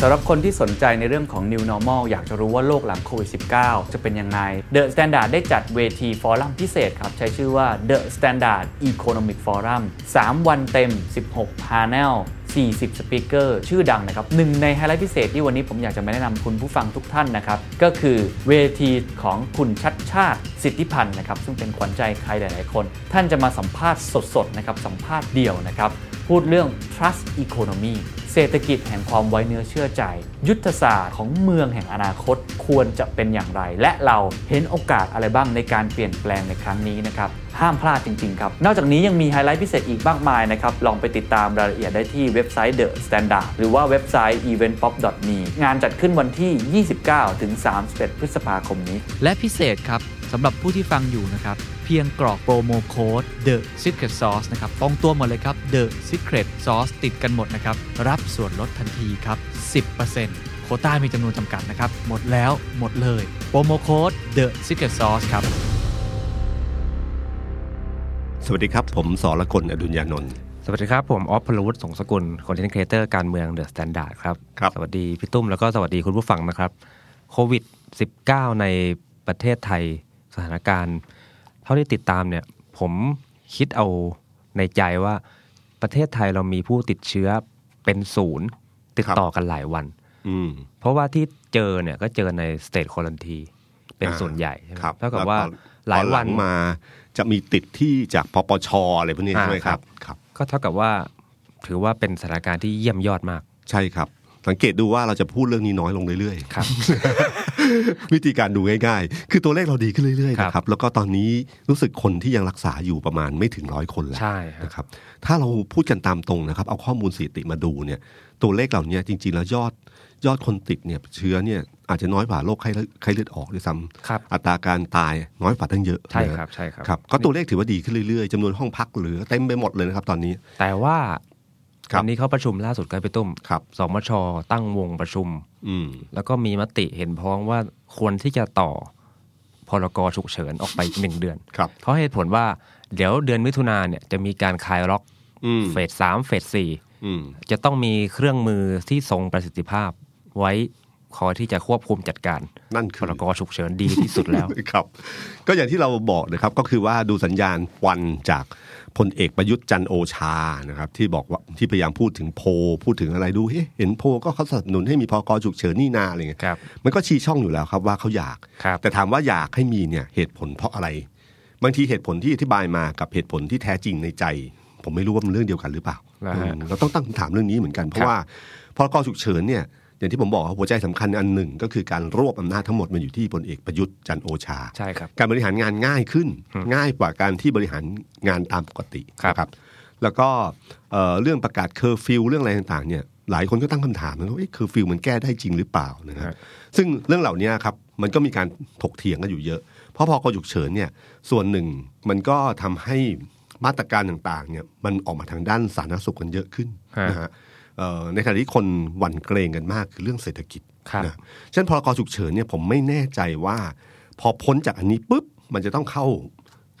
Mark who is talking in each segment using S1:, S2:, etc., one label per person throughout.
S1: สำหรับคนที่สนใจในเรื่องของ New Normal อยากจะรู้ว่าโลกหลังโควิด -19 จะเป็นยังไง The Standard ได้จัดเวทีฟอรัมพิเศษครับ ใช้ชื่อว่า The Standard Economic Forum 3 วันเต็ม 16 panel 40 สปีกเกอร์ชื่อดังนะครับหนึ่งในไฮไลท์พิเศษที่วันนี้ผมอยากจะมาแนะนำคุณผู้ฟังทุกท่านนะครับ ก็คือเวทีของคุณชัดชาติสิทธิพันธ์นะครับซึ่งเป็นขวัญใจใครหลาย ๆ คน ท่านจะมาสัมภาษณ์สด ๆ นะครับสัมภาษณ์เดี่ยวนะครับ พูดเรื่อง trust economy เศรษฐกิจแห่งความไว้เนื้อเชื่อใจ ยุทธศาสตร์ของเมืองแห่งอนาคตควรจะเป็นอย่างไร และเราเห็นโอกาสอะไรบ้างในการเปลี่ยนแปลงในครั้งนี้นะครับ ห้ามพลาดจริง ๆ ครับ นอกจากนี้ยังมีไฮไลท์พิเศษอีกมากมายนะครับ ลองไปติดตามรายละเอียดได้ที่เว็บไซต์ The Standard หรือว่าเว็บไซต์ eventpop.me งานจัดขึ้นวันที่ 29 ถึง 31 พฤษภาคมนี้
S2: และพิเศษครับสำหรับผู้ที่ฟังอยู่นะครับ เพียงกรอกโปรโมโค้ด The Secret Sauce นะครับตรงตัวหมดเลยครับ The Secret Sauce ติดกันหมดนะครับ รับส่วนลดทันทีครับ 10%โควต้ามีจำนวนจำกัดนะครับ หมดแล้วหมดเลย โปรโมโค้ด The Secret Sauce ครับ
S3: สวัสดีครับ ผมสอละคนอดุญญานนท์
S4: สวัสดีครับ ผมออฟพลวุฒิสงสกุลคอนเทนต์ครีเอเตอร์การเมืองเดอะสแตนดาร์ดครับ
S3: ครับ
S4: สวัสดีพี่ตุ้มแล้วก็สวัสดีคุณผู้ฟังนะครับโควิด -19 ในประเทศไทยสถานการณ์ เท่าที่ติดตามเนี่ย ผมคิดเอาในใจว่าประเทศไทยเรามีผู้ติดเชื้อเป็นศูนย์ ติดต่อกันหลายวัน
S3: อืม
S4: เพราะว่าที่เจอเนี่ยก็เจอในสเตทคอลันทีเป็น
S3: อ่า
S4: ส่วนใหญ่ใช่ไหม
S3: ครับ
S4: เท่ากับ
S3: แล้
S4: ว่า
S3: ตอ
S4: หลาย
S3: ตอ
S4: วัน
S3: มาจะมีติดที่จากปปชอะไรพวกนี้
S4: อ่า
S3: ใช่ไหมค
S4: ครั
S3: รับ
S4: บ
S3: ครับ
S4: ก็เท่ากับว่าถือว่าเป็นสถานการณ์ที่เยี่ยมยอดมาก
S3: ใช่ครับ สังเกตดูว่าเราจะพูดเรื่องนี้น้อยลงเรื่อยๆ
S4: ครับ
S3: วิธีการดูง่ายๆ คือตัวเลขเราดีขึ้นเรื่อยๆ
S4: ครับ
S3: นะครับ แล้วก็ตอนนี้รู้สึกคนที่ยังรักษาอยู่ประมาณไม่ถึงร้อยคนแล้ว
S4: ใช่ครับ
S3: นะครับ ถ้าเราพูดกันตามตรงนะครับ เอาข้อมูลสถิติมาดูเนี่ย ตัวเลขเหล่านี้จริงๆ แล้วยอดยอดคนติดเนี่ยเชื้อเนี่ยอาจจะน้อยกว่าโรคไข้เลือดไข้เลือดออกด้วยซ้
S4: ครับ
S3: ำอัตราการตายน้อยกว่าตั้งเยอะ
S4: ใช่
S3: นะครับ
S4: ใช่ครับ
S3: ครับ ก็ตัวเลขถือว่าดีขึ้นเรื่อยๆจำนวนห้องพักเหลือเต็มไปหมดเลยนะครับตอนนี้
S4: แต่ว่า
S3: ครับ
S4: วันนี้เขาประชุมล่าสุดกันไปตุ้ม
S3: ครับ
S4: สมชตั้งวงประชุม
S3: อืม
S4: แล้วก็มีมติเห็นพ้องว่าควรที่จะต่อพรกฉุกเฉินออก ไป หนึ่งเดือน
S3: ครับ
S4: เขาให้เหตุผลว่าเดี๋ยวเดือนมิถุนาเนี่ยจะมีการคลายล็อก
S3: อืม
S4: เฟสสามเฟสสี่
S3: อืม
S4: จะต้องมีเครื่องมือที่ทรงประสิทธิภาพ ไว้คอยที่จะควบคุมจัดการ
S3: นั่นคื
S4: พ
S3: อ
S4: รกฉุกเฉินดีที่สุด แล้ว
S3: ครับก็อย่างที่เราบอกนะครับก็คือว่าดูสัญญาณวันจากพลเอกประยุทธ์จันทร์โอชานะครับที่บอกว่าที่พยายามพูดถึงโพลพูดถึงอะไรดูเฮ้เห็นโพลก็เขาสนับสนุนให้มีพอกฉุกเฉินนี่นาอะไรเงี้ย
S4: ครับ
S3: มันก็ชี้ช่องอยู่แล้วครับว่าเขาอยาก
S4: ครับ
S3: แต่ถามว่าอยากให้มีเนี่ยเหตุผลเพราะอะไร บางทีเหตุผลที่อธิบายมากับเหตุผลที่แท้จริงในใจ ผมไม่รู้ว่ามันเรื่องเดียวกันหรือเปล่า
S4: นะฮะ
S3: อืมเราต้องตั้งคำถามเรื่องนี้เหมือนกัน เพราะว่าพรกฉุกเฉินเนี่ยอย่างที่ผมบอกว่าหัวใจสำคัญอันหนึ่งก็คือการรวบอำนาจทั้งหมดมันอยู่ที่พลเอกประยุทธ์จันทร์โอชา
S4: ใช่ครับ
S3: การบริหารงานง่ายขึ้น ง่ายกว่าการที่บริหารงานตามปกติ
S4: ครับ
S3: นะครับ แล้วก็เอ่อเรื่องประกาศเคอร์ฟิวเรื่องอะไรต่างๆเนี่ยหลายคนก็ตั้งคำถามนะว่าเคอร์ฟิวมันแก้ได้จริงหรือเปล่านะครับซึ่งเรื่องเหล่านี้ครับมันก็มีการถกเถียงกันอยู่เยอะ เพราะพอกฉุกเฉินเนี่ยส่วนหนึ่งมันก็ทำให้มาตรการต่างๆเนี่ยมันออกมาทางด้านสาธารณสุขกันเยอะขึ้นนะฮะเอ่อในขณะที่คนหวั่นเกรงกันมากคือเรื่องเศรษฐกิจ
S4: ครับ
S3: นะฉะนันพรกฉุกเฉินเนี่ยผมไม่แน่ใจว่า พอพ้นจากอันนี้ปุ๊บ มันจะต้องเข้า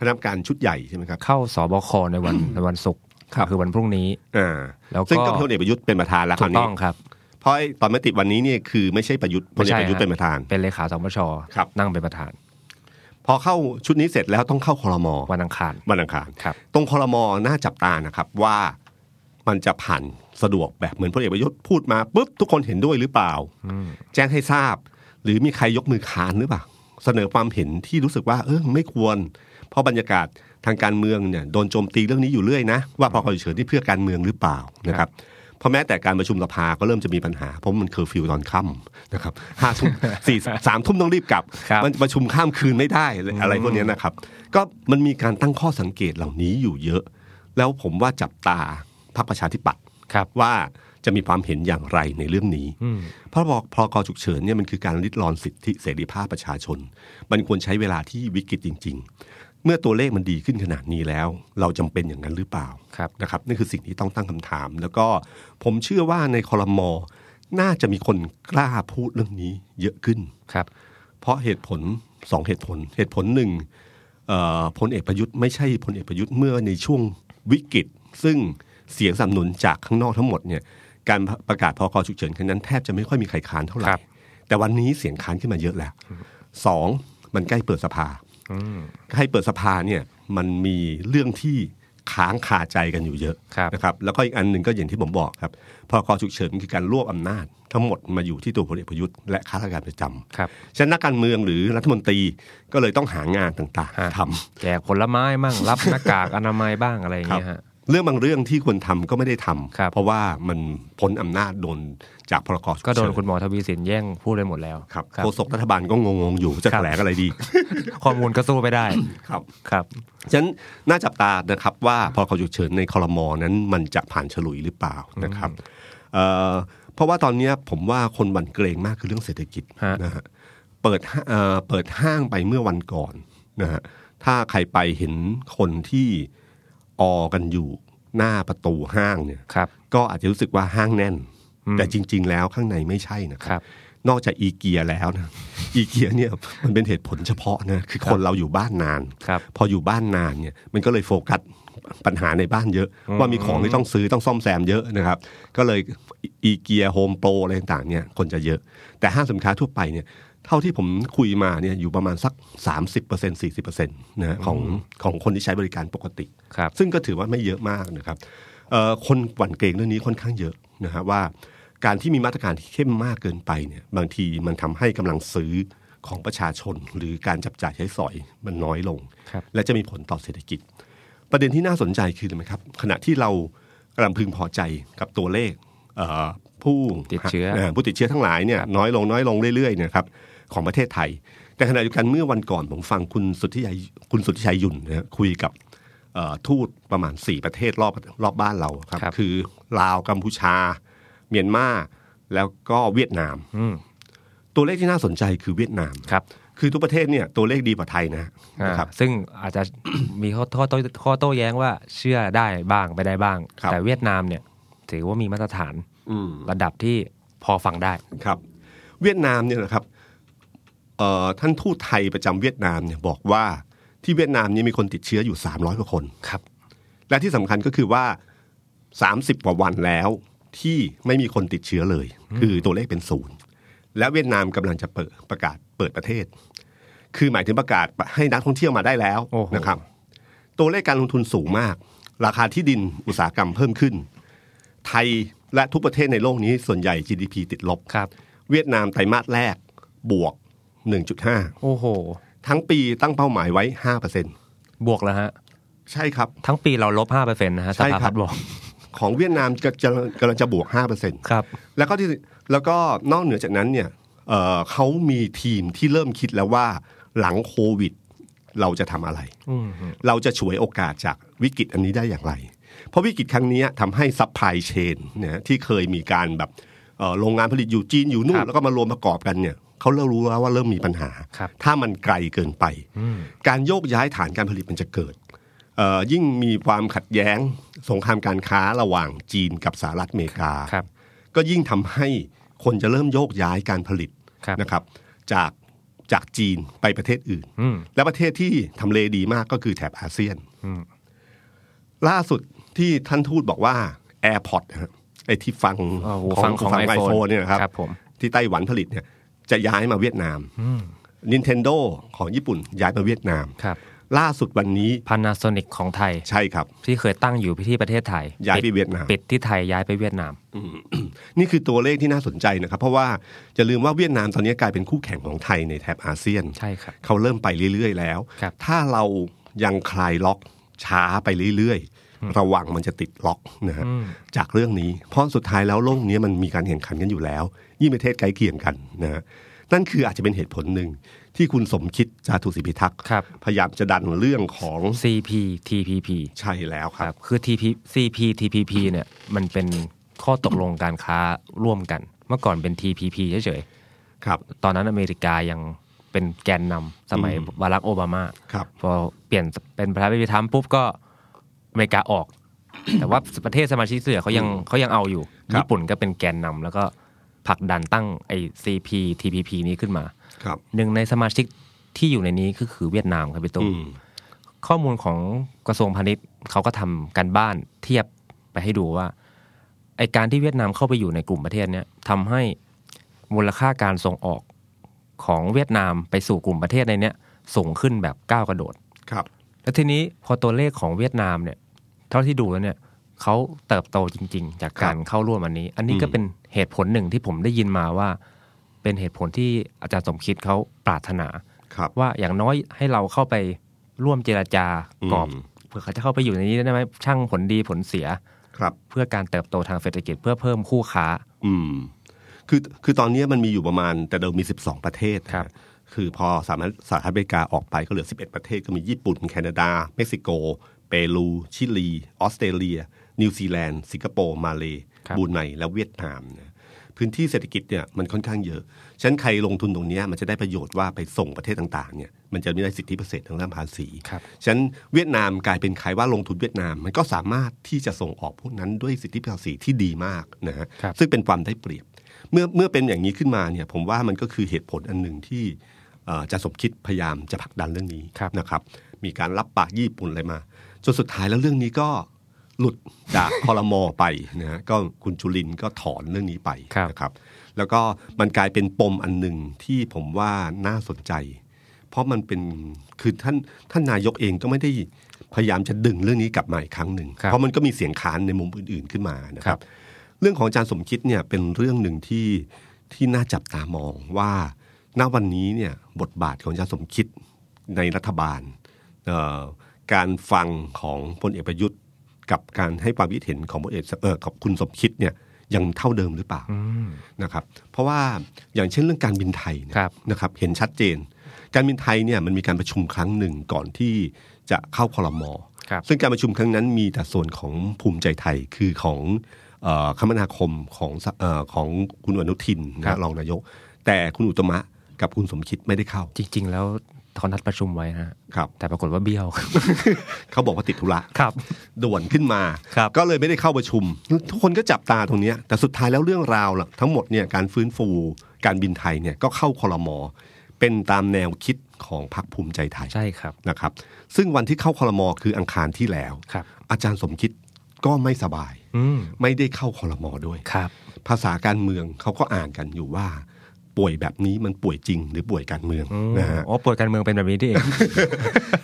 S3: คณะกรรมการชุดใหญ่ใช่ไหมครับ
S4: เข้าสบคในวันในวันศุกร์
S3: ครับ
S4: คือวันพรุ่งนี้
S3: อ่า
S4: แล้วก็
S3: ซึ่งก็พลเอกประยุทธ์เป็นประธานแล้วค
S4: ถู
S3: ราว
S4: ก
S3: นี้
S4: ต้องครับ
S3: เพราะไอ้ตอนมติวันนี้เนี่ยคือไม่ใช่ประยุทธ์พลเอกประยุทธ์
S4: ไม่ใช่ฮะ
S3: เป็นประธาน
S4: เป็นเลขาสมช
S3: ครับ
S4: นั่งเป็นประธาน
S3: พอเข้าชุดนี้เสร็จแล้วต้องเข้าคอรมอ
S4: วันอังคาร
S3: วันอังคาร
S4: ครับ
S3: ตรงคอรมอน่าจับตานะครับว่ามันจะผ่านสะดวกแบบเหมือนพลเอกประยุทธ์พูดมาปุ๊บทุกคนเห็นด้วยหรือเปล่า แจ้งให้ทราบ หรือมีใครยกมือค้านหรือเปล่า เสนอความเห็นที่รู้สึกว่า เออไม่ควร เพราะบรรยากาศทางการเมืองเนี่ยโดนโจมตีเรื่องนี้อยู่เรื่อยนะ ว่าพอคอเฉินที่เพื่อการเมืองหรือเปล่านะครับเพราะแม้แต่การประชุมสภาก็เริ่มจะมีปัญหา เพราะมันเคอร์ฟิวตอนค่ำนะครับห้าทุ่ มสี่สามทุ่มต้องรีบกลับ
S4: ครับ
S3: มันประชุมข้ามคืนไม่ได้อะไรพวกเนี้ยนะครับ ก็มันมีการตั้งข้อสังเกตเหล่านี้อยู่เยอะ แล้วผมว่าจับตาพรรคประชาธิปัตย์
S4: ครับ
S3: ว่าจะมีความเห็นอย่างไรในเรื่องนี้
S4: อืม
S3: เพราะบอกพรกฉุกเฉินเนี่ยมันคือการริดรอนสิทธิเสรีภาพประชาชน มันควรใช้เวลาที่วิกฤตจริง ๆ เมื่อตัวเลขมันดีขึ้นขนาดนี้แล้ว เราจำเป็นอย่างนั้นหรือเปล่า
S4: ครับ
S3: นะครับนี่คือสิ่งที่ต้องตั้งคำถาม แล้วก็ผมเชื่อว่าในคอรมอน่าจะมีคนกล้าพูดเรื่องนี้เยอะขึ้น
S4: ครับ
S3: เพราะเหตุผลสองเหตุผล เหตุผลหนึ่งเอ่อพลเอกประยุทธ์ไม่ใช่พลเอกประยุทธ์เมื่อในช่วงวิกฤต ซึ่งเสียงสนับสนุนจากข้างนอกทั้งหมดเนี่ยการประกาศพรกฉุกเฉินครั้งนั้นแทบจะไม่ค่อยมีใครค้านเท่าไหร่
S4: ครับ
S3: แต่วันนี้เสียงค้านขึ้นมาเยอะแล้วสองมันใกล้เปิดสภาใกล้เปิดสภาเนี่ยมันมีเรื่องที่ค้างคาใจกันอยู่เยอะ
S4: ครับ
S3: นะครับแล้วก็อีกอันหนึ่งก็อย่างที่ผมบอกครับพรกฉุกเฉินคือการรวบอำนาจ ทั้งหมดมาอยู่ที่ตัวพลเอกประยุทธ์และข้าราชการประจำ
S4: ครับ
S3: ฉะนั้นนักการเมืองหรือรัฐมนตรีก็เลยต้องหางานต่าง
S4: ฮะ
S3: ๆทำ
S4: แจกผลไม้บ้างรับหน้ากากอนามัยบ้างอะไรอย่าง
S3: ครับ
S4: เงี้ยฮะ
S3: เรื่องบางเรื่องที่ควรทำก็ไม่ได้ทำ
S4: ครับ
S3: เพราะว่ามันพ้นอำนาจโดนจากพรกฉุกเฉิน
S4: ก็โดนคุณหมอทวีสินแย่งพูดไปหมดแล้ว
S3: ครับ
S4: ครับ
S3: โฆษกรัฐบาลก็งงๆอยู่จะ
S4: ครับ
S3: แถลงอะไรดี
S4: ข้อมูลก็สู้ไม่ได้
S3: ครับ
S4: ครับ
S3: ฉะนั้นน่าจับตานะครับว่าพรกฉุกเฉินในคอรมอนั้นมันจะผ่านฉลุยหรือเปล่านะครับเอ่อเพราะว่าตอนเนี้ยผมว่าคนหวั่นเกรงมากคือเรื่องเศรษฐกิจ
S4: ฮะ
S3: นะฮะเปิดห้าเอ่อเปิดห้างไปเมื่อวันก่อนนะฮะถ้าใครไปเห็นคนที่ออกันอยู่หน้าประตูห้างเนี่ย
S4: ครับ
S3: ก็อาจจะรู้สึกว่าห้างแน่น แต่จริง ๆ แล้วข้างในไม่ใช่นะค
S4: ครั
S3: รับ นอกจากอีเกียแล้วนะ อีเกียเนี่ยมันเป็นเหตุผลเฉพาะนะคือคนเราอยู่บ้านนาน
S4: ครับ
S3: พออยู่บ้านนานเนี่ยมันก็เลยโฟกัสปัญหาในบ้านเยอะ ว่ามีของที่ต้องซื้อต้องซ่อมแซมเยอะนะครับ ก็เลยอีเกียโฮมโปรอะไรต่างๆเนี่ยคนจะเยอะ แต่ห้างสินค้าทั่วไปเนี่ยเท่าที่ผมคุยมาเนี่ยอยู่ประมาณสัก 30% 40%นะของของคนที่ใช้บริการปกติ
S4: ครับ
S3: ซึ่งก็ถือว่าไม่เยอะมากนะครับเอ่อคนหวั่นเกรงเรื่องนี้ค่อนข้างเยอะนะฮะว่าการที่มีมาตรการที่เข้มมากเกินไปเนี่ยบางทีมันทำให้กำลังซื้อของประชาชน หรือการจับจ่ายใช้สอยมันน้อยลง
S4: ครับ
S3: และจะมีผลต่อเศรษฐกิจ ประเด็นที่น่าสนใจคืออะไรไหมครับ ขณะที่เรากำลังพึงพอใจกับตัวเลขเอ่อผู้
S4: ติดเชื้อ
S3: ผู้ติดเชื้อทั้งหลายเนี่ยน้อยลงน้อยลงเรื่อยๆเนยครับของประเทศไทย แต่ขณะเดียวกันเมื่อวันก่อนผมฟังคุณสุทธิชัยคุณสุทธิชัยยุ่นนะฮะคุยกับเอ่อทูตประมาณ 4 ประเทศรอบรอบบ้านเราครับ
S4: ครับ
S3: คือลาวกัมพูชา เมียนมาแล้วก็เวียดนาม
S4: อืม
S3: ตัวเลขที่น่าสนใจคือเวียดนาม
S4: ครับ
S3: คือทุกประเทศเนี่ยตัวเลขดีกว่าไทยนะ
S4: อ่า
S3: นะครับ
S4: ซึ่งอาจจะ มีข้อข้อโต้ข้อโต้แย้งว่าเชื่อได้บ้างไม่ได้บ้าง
S3: ครับ
S4: แต่เวียดนามเนี่ย ถือว่ามีมาตรฐาน
S3: อืม
S4: ระดับที่พอฟังได้
S3: ครับเวียดนามเนี่ยนะครับเอ่อท่านทูตไทยประจำเวียดนามเนี่ยบอกว่าที่เวียดนามเนี่ยมีคนติดเชื้ออยู่ 300กว่าคน
S4: ครับ
S3: และที่สำคัญก็คือว่า 30กว่าวันแล้วที่ไม่มีคนติดเชื้อเลย คือตัวเลขเป็นศูนย์และเวียดนามกำลังจะเปิดประกาศเปิดประเทศ คือหมายถึงประกาศให้นักท่องเที่ยวมาได้แล้ว
S4: โอ้โห
S3: นะครับ ตัวเลขการลงทุนสูงมาก ราคาที่ดินอุตสาหกรรมเพิ่มขึ้น ไทยและทุกประเทศในโลกนี้ส่วนใหญ่ GDP ติดลบ
S4: ครับ
S3: เวียดนามไตรมาสแรกบวก 1.5
S4: โอ้โห
S3: ทั้งปีตั้งเป้าหมายไว้ 5%
S4: บวกแล้วฮะ
S3: ใช่ครับ
S4: ทั้งปีเราลบ5เปอร์เซ็นต์นะฮะส
S3: ใช่
S4: ภา
S3: ครั
S4: พั
S3: บ
S4: ฒน์บอก
S3: ของเวียดนามจะจะกำลังจะบวก 5%
S4: ครับ
S3: แล้วก็ที่แล้วก็นอกเหนือจากนั้นเนี่ยเอ่อเขามีทีมที่เริ่มคิดแล้วว่าหลังโควิด เราจะทำอะไร
S4: อืม
S3: เราจะฉวยโอกาสจากวิกฤตอันนี้ได้อย่างไร เพราะวิกฤตครั้งเนี้ยทำให้ซัพพลายเชนเนี่ยที่เคยมีการแบบเอ่อโรงงานผลิตอยู่จีนอยู่นู่
S4: ครั
S3: น
S4: บ
S3: แล้วก็มารวมประกอบกันเนี่ยเขาเริ่มรู้แล้วว่าเริ่มมีปัญหา
S4: ครับ
S3: ถ้ามันไกลเกินไป การโยกย้ายฐานการผลิตมันจะเกิดเอ่อยิ่งมีความขัดแย้งสงครามการค้าระหว่างจีนกับสหรัฐอเมริกา
S4: ครับ
S3: ก็ยิ่งทำให้คนจะเริ่มโยกย้ายการผลิต
S4: ครับ
S3: นะครับ จากจากจีนไปประเทศอื่น
S4: อืม
S3: และประเทศที่ทำเลดีมากก็คือแถบอาเซียน
S4: อืม
S3: ล่าสุดที่ท่านทูตบอกว่า AirPod ฮะไอ้ที่ฟัง
S4: โอ้โหฟังของไอ
S3: ไอ
S4: โฟ
S3: โฟ
S4: น
S3: นเนี่ยนะครับ
S4: ครับผม
S3: ที่ไต้หวันผลิตเนี่ยจะย้ายมาเวียดนาม Nintendo ของญี่ปุ่นย้ายมาเวียดนาม
S4: ครับ
S3: ล่าสุดวันนี้
S4: Panasonic ของไทย
S3: ใช่ครับ
S4: ที่เคยตั้งอยู่ที่ประเทศไทย
S3: ย้ายไป
S4: ปิด
S3: เวียดนาม
S4: ปิดที่ไทยย้ายไปเวียดนาม
S3: นี่คือตัวเลขที่น่าสนใจนะครับ เพราะว่าจะลืมว่าเวียดนามตอนนี้กลายเป็นคู่แข่งของไทยในแถบอาเซียน
S4: ใช่ครับ
S3: เขาเริ่มไปเรื่อย ๆ แล้ว
S4: ครับ
S3: ถ้าเรายังคลายล็อกช้าไปเรื่อย ๆ ระวังมันจะติดล็อกนะฮะ จากเรื่องนี้ เพราะสุดท้ายแล้วโลกนี้มันมีการแข่งขันกันอยู่แล้ว ยิ่งประเทศใกล้เคียงกันนะฮะนั่นคืออาจจะเป็นเหตุผลหนึ่งที่คุณสมคิดจาตุศรีพิทักษ์
S4: ครับ
S3: พยายามจะดันเรื่องของ
S4: CPTPP
S3: ใช่แล้วค
S4: ครับ รับ คือ TP CPTPP เนี่ย มันเป็นข้อตกลงการค้าร่วมกัน เมื่อก่อนเป็น TPP เฉย
S3: ครับ
S4: ๆ ตอนนั้นอเมริกายัง เป็นแกนนำสมัย
S3: อืม
S4: บารักโอบามา
S3: ครับ
S4: พอเปลี่ยนเป็นประธานาธิบดีทรัมป์ปุ๊บก็อเมริกาออก แต่ว่าประเทศสมาชิกเสือเขายังเขายังเอาอยู่
S3: ครับ
S4: ญี่ปุ่นก็เป็นแกนนำแล้วก็ผลักดันตั้งไอ CP TPP นี้ขึ้นมา
S3: ครับ
S4: หนึ่งในสมาชิกที่อยู่ในนี้ก็คือเวียดนามครับพี่
S3: อื
S4: ตุ้ม
S3: ม
S4: ข้อมูลของกระทรวงพาณิชย์เขาก็ทำการบ้านเทียบไปให้ดูว่าไอการที่เวียดนามเข้าไปอยู่ในกลุ่มประเทศเนี้ยทำให้มูลค่าการส่งออกของเวียดนามไปสู่กลุ่มประเทศในเนี้ยสูงขึ้นแบบก้าวกระโดด
S3: ครับ
S4: แล้วทีนี้พอตัวเลขของเวียดนามเนี่ย เท่าที่ดูแล้วเนี่ยเขาเติบโตจริง ๆ จากการเข้าร่วมอันนี้ อันนี้ก็
S3: อืม
S4: เป็นเหตุผลหนึ่งที่ผมได้ยินมาว่า เป็นเหตุผลที่อาจารย์สมคิดเขาปรารถนา
S3: ครับ
S4: ว่าอย่างน้อยให้เราเข้าไปร่วมเจราจา
S3: อืม
S4: กรอบเผื่อเขาจะเข้าไปอยู่ในนี้ได้ไหมช่างผลดีผลเสีย
S3: ครับ
S4: เพื่อการเติบโตทางเศรษฐกิจเพื่อเพิ่มคู่ค้า
S3: อืม คือ คือตอนนี้มันมีอยู่ประมาณ แต่เดิมมี 12 ประเทศ
S4: ครับ
S3: นะคือพอสหรัฐสหรัฐอเมริกาออกไปก็เหลือ 11 ประเทศ ก็มีญี่ปุ่น แคนาดา เม็กซิโก เปรู ชิลี ออสเตรเลีย นิวซีแลนด์ สิงคโปร์ มาเล
S4: ครับ
S3: บรูไน และเวียดนามนะ พื้นที่เศรษฐกิจเนี่ยมันค่อนข้างเยอะ ฉะนั้นใครลงทุนตรงเนี้ยมันจะได้ประโยชน์ว่าไปส่งประเทศต่างๆเนี่ยมันจะไม่ได้สิทธิพิเศษทางด้านภาษี
S4: ครับ
S3: ฉะนั้นเวียดนามกลายเป็นใครว่าลงทุนเวียดนามมันก็สามารถที่จะส่งออกพวกนั้นด้วยสิทธิภาษีที่ดีมากนะฮะ
S4: ครับ
S3: ซึ่งเป็นความได้เปรียบ เมื่อเมื่อเป็นอย่างนี้ขึ้นมาเนี่ยผมว่ามันก็คือเหตุผลอันหนึ่งที่เอ่ออาจะสมคิดพยายามจะผลักดันเรื่องนี้นะครับ มีการรับปากญี่ปุ่นอะไรมาจนสุดท้ายแล้วเรื่องนี้ก็หลุดจาก คอรมอไปนะฮะก็คุณจุลินทร์ก็ถอนเรื่องนี้ไป
S4: ครับ
S3: นะครับ แล้วก็มันกลายเป็นปมอันหนึ่งที่ผมว่าน่าสนใจ เพราะมันเป็นคือท่านท่านนายกเองก็ไม่ได้พยายามจะดึงเรื่องนี้กลับมาอีกครั้งหนึ่ง
S4: ครับ
S3: เพราะมันก็มีเสียงค้านในมุมอื่นๆขึ้นมานะค
S4: ครั
S3: รับ
S4: บ
S3: เรื่องของอาจารย์สมคิดเนี่ยเป็นเรื่องหนึ่งที่ที่น่าจับตามองว่าณวันนี้เนี่ยบทบาทของอาจารย์สมคิดในรัฐบาลเอ่อการฟังของพลเอกประยุทธ์ กับการให้ความคิดเห็นของพลเอกเออกับคุณสมคิดเนี่ยยังเท่าเดิมหรือเปล่า นะครับเพราะว่าอย่างเช่นเรื่องการบินไทยเนี่ย
S4: ครับ
S3: นะครับเห็นชัดเจน การบินไทยเนี่ยมันมีการประชุมครั้งหนึ่งก่อนที่จะเข้าคอรมอ
S4: ครับ
S3: ซึ่งการประชุมครั้งนั้นมีแต่ส่วนของภูมิใจไทยคือของเออคมนาคมของสเออของคุณอนุทิน
S4: ครั
S3: นะ
S4: บ
S3: รองนายก แต่คุณอุตมะกับคุณสมคิดไม่ได้เข้า
S4: จริง ๆ แล้วเขานัดประชุมไว้นะฮะ
S3: ครับ
S4: แต่ปรากฏว่าเบี้ยว
S3: เขาบอกว่าติดธุระ
S4: ครับ
S3: ด่วนขึ้นมา
S4: ครับ
S3: ก็เลยไม่ได้เข้าประชุม ทุกคนก็จับตาตรงเนี้ยแต่สุดท้ายแล้วเรื่องราวล่ะทั้งหมดเนี่ยการฟื้นฟูการบินไทยเนี่ยก็เข้าคอรมอเป็นตามแนวคิดของพรรคภูมิใจไทย
S4: ใช่ครับ
S3: นะครับ ซึ่งวันที่เข้าคอรมอคืออังคารที่แล้ว
S4: ครับ
S3: อาจารย์สมคิดก็ไม่สบาย
S4: อืม
S3: ไม่ได้เข้าคอรมอด้วย
S4: ครับ
S3: ภาษาการเมืองเขาก็อ่านกันอยู่ว่า ป่วยแบบนี้มันป่วยจริง หรือป่วยการเมืองนะฮะ
S4: อ๋อป่วยการเมืองเป็นแบบนี้ที่เอง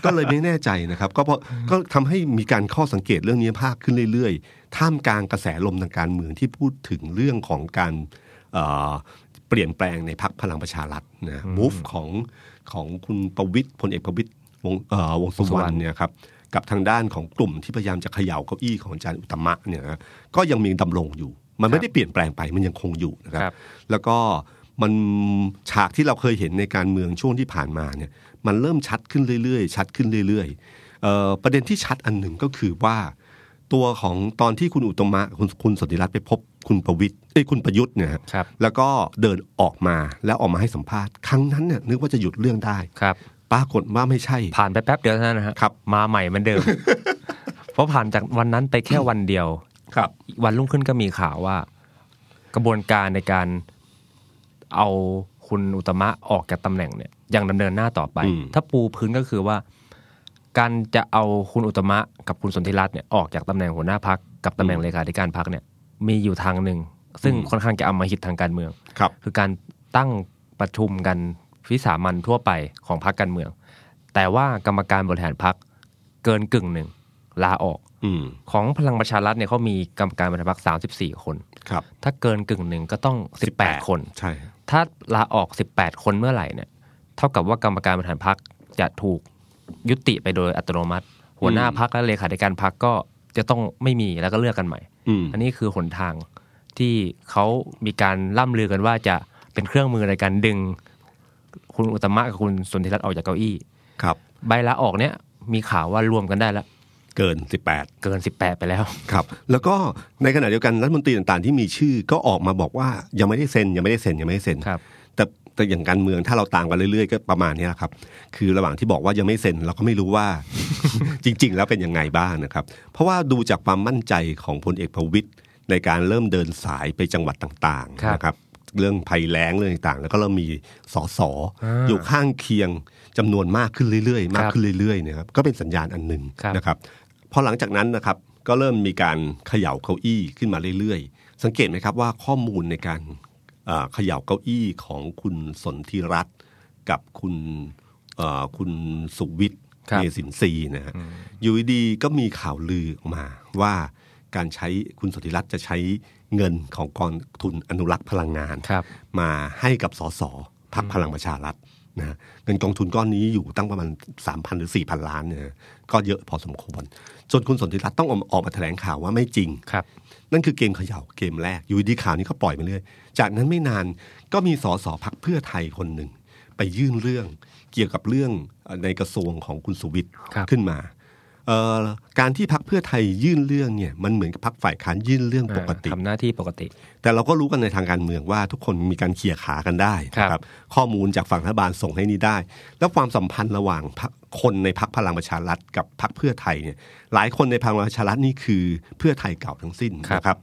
S3: ก็เลยไม่แน่ใจนะครับ ก็เพราะก็ทำให้มีการข้อสังเกตเรื่องนี้ภาคขึ้นเรื่อยๆ ท่ามกลางกระแสลมทางการเมืองที่พูดถึงเรื่องของการเอ่อเปลี่ยนแปลงในพักพลังประชารัฐนะมูฟของของคุณประวิทย์พลเอกประวิทย์วงศ์เอ่อวงศ์สุวรรณเนี่ยครับกับทางด้านของกลุ่มที่พยายามจะเขย่าเก้าอี้ของอาจารย์อุตตมะเนี่ยนะก็ยังมีดำรงอยู่ มันไม่ได้เปลี่ยนแปลงไปมันยังคงอยู่นะครับ
S4: ครับ
S3: แล้วก็มันฉากที่เราเคยเห็นในการเมืองช่วงที่ผ่านมาเนี่ยมันเริ่มชัดขึ้นเรื่อยๆ ชัดขึ้นเรื่อยๆเอ่อประเด็นที่ชัดอันหนึ่งก็คือว่า ตัวของตอนที่คุณอุตมะคุณคุณสนธิรัตน์ไปพบคุณประวิทย์เอ้ยคุณประยุทธ์เนี่ยฮะ
S4: ครับ
S3: แล้วก็เดินออกมาแล้วออกมาให้สัมภาษณ์ครั้งนั้นเนี่ยนึกว่าจะหยุดเรื่องได้
S4: ครับ
S3: ปรากฏว่าไม่ใช่
S4: ผ่านไปแป๊บเดียวเท่านั้นนะฮะ
S3: ครับ
S4: มาใหม่เหมือนเดิม เพราะผ่านจากวันนั้นไปแค่วันเดียว
S3: ครับ
S4: วันรุ่งขึ้นก็มีข่าวว่า กระบวนการในการเอาคุณอุตตมะออกจากตำแหน่งเนี่ยยังดำเนินหน้าต่อไป
S3: อืม
S4: ถ้าปูพื้นก็คือว่า การจะเอาคุณอุตตมะกับคุณสนธิรัตน์เนี่ยออกจากตำแหน่งหัวหน้าพักกับตำแหน่งเลขาธิการพักเนี่ย มีอยู่ทางหนึ่งซึ่งค่อนข้างจะอำมหิตทางการเมือง
S3: ครับ
S4: คือการตั้งประชุมกันวิสามันทั่วไปของพรรคการเมือง แต่ว่ากรรมการบริหารพรรคเกินกึ่งหนึ่งลาออก
S3: อืม
S4: ของพลังประชารัฐเนี่ยเขามีกรรมการบริหารพรรค34 คน
S3: ครับ
S4: ถ้าเกินกึ่งหนึ่งก็ต้อง 18 คน
S3: ใช่ฮะ
S4: ถ้าลาออก 18 คนเมื่อไหร่เนี่ยเท่ากับว่ากรรมการบริหารพรรคจะถูกยุติไปโดยอัตโนมัติ หัวหน้าพรรคและเลขาธิการพรรคก็จะต้องไม่มีแล้วก็เลือกกันใหม่
S3: อืม
S4: อันนี้คือหนทางที่เขามีการล่ำลือกันว่าจะเป็นเครื่องมือในการดึง คุณอุตตมะกับคุณสนธิรัตน์ออกจากเก้าอี้
S3: ครับ
S4: ใบลาออกเนี่ยมีข่าวว่ารวมกันได้แล้ว
S3: เกินสิบแปด
S4: เกิน 18 ไปแล้ว
S3: ครับแล้วก็ในขณะเดียวกันรัฐมนตรีต่างๆที่มีชื่อก็ออกมาบอกว่ายังไม่ได้เซ็นยังไม่ได้เซ็นยังไม่ได้เซ็น
S4: ครับ
S3: แต่ แต่อย่างการเมืองถ้าเราตามกันเรื่อยๆ ก็ประมาณนี้แหละครับ คือระหว่างที่บอกว่ายังไม่เซ็นเราก็ไม่รู้ว่า จริง ๆ แล้วเป็นยังไงบ้างนะครับ เพราะว่าดูจากความมั่นใจของพลเอกประวิตยในการเริ่มเดินสายไปจังหวัดต่าง
S4: ค
S3: ๆ
S4: รับ
S3: นะครับ เรื่องภัยแล้งเรื่องต่างๆ แล้วก็เริ่มมีสอสอ
S4: อ่า
S3: อยู่ข้างเคียงจำนวนมากขึ้นเรื่อยๆ มาก
S4: ครับ
S3: ขึ้นเรื่อยๆนะครับก็เป็นสัญญาณอันหนึ่ง
S4: ครับ
S3: นะครับพอหลังจากนั้นนะครับก็เริ่มมีการเขย่าเก้าอี้ขึ้นมาเรื่อยๆ สังเกตไหมครับว่าข้อมูลในการ เอ่อเขย่าเก้าอี้ของคุณสนธิรัตน์กับคุณเอ่อคุณสุวิทย์
S4: ครับ
S3: เมสินทรีย์นะฮะอยู่ดีๆก็มีข่าวลือออกมาว่าการใช้คุณสนธิรัตน์จะใช้เงินของกองทุนอนุรักษ์พลังงาน
S4: ครับ
S3: มาให้กับสสพักพลังประชารัฐนะฮะเงินกองทุนก้อนนี้อยู่ตั้งประมาณ 3,000 หรือ 4,000 ล้านเนี่ยนะก็เยอะพอสมควรจนคุณสนธิรัตน์ต้องออกมาแถลงข่าวว่าไม่จริง
S4: ครับ
S3: นั่นคือเกมเขย่าเกมแรก อยู่ดีข่าวนี้ก็ปล่อยมาเรื่อย จากนั้นไม่นานก็มีสสพักเพื่อไทยคนหนึ่ง ไปยื่นเรื่องเกี่ยวกับเรื่องในกระทรวงของคุณสุวิทย์
S4: ครับ
S3: ขึ้นมาเอ่อการที่พักเพื่อไทยยื่นเรื่องเนี่ยมันเหมือนกับพักฝ่ายค้านยื่นเรื่องปกติ
S4: ทำหน้าที่ปกติ
S3: แต่เราก็รู้กันในทางการเมืองว่าทุกคนมีการเขี่ยขากันได้นะครับ ข้อมูลจากฝั่งรัฐบาลส่งให้นี่ได้ แล้วความสัมพันธ์ระหว่างพรรคคนในพักพลังประชารัฐกับพักเพื่อไทยเนี่ยหลายคนในพลังประชารัฐนี่คือเพื่อไทยเก่าทั้งสิ้นนะครับ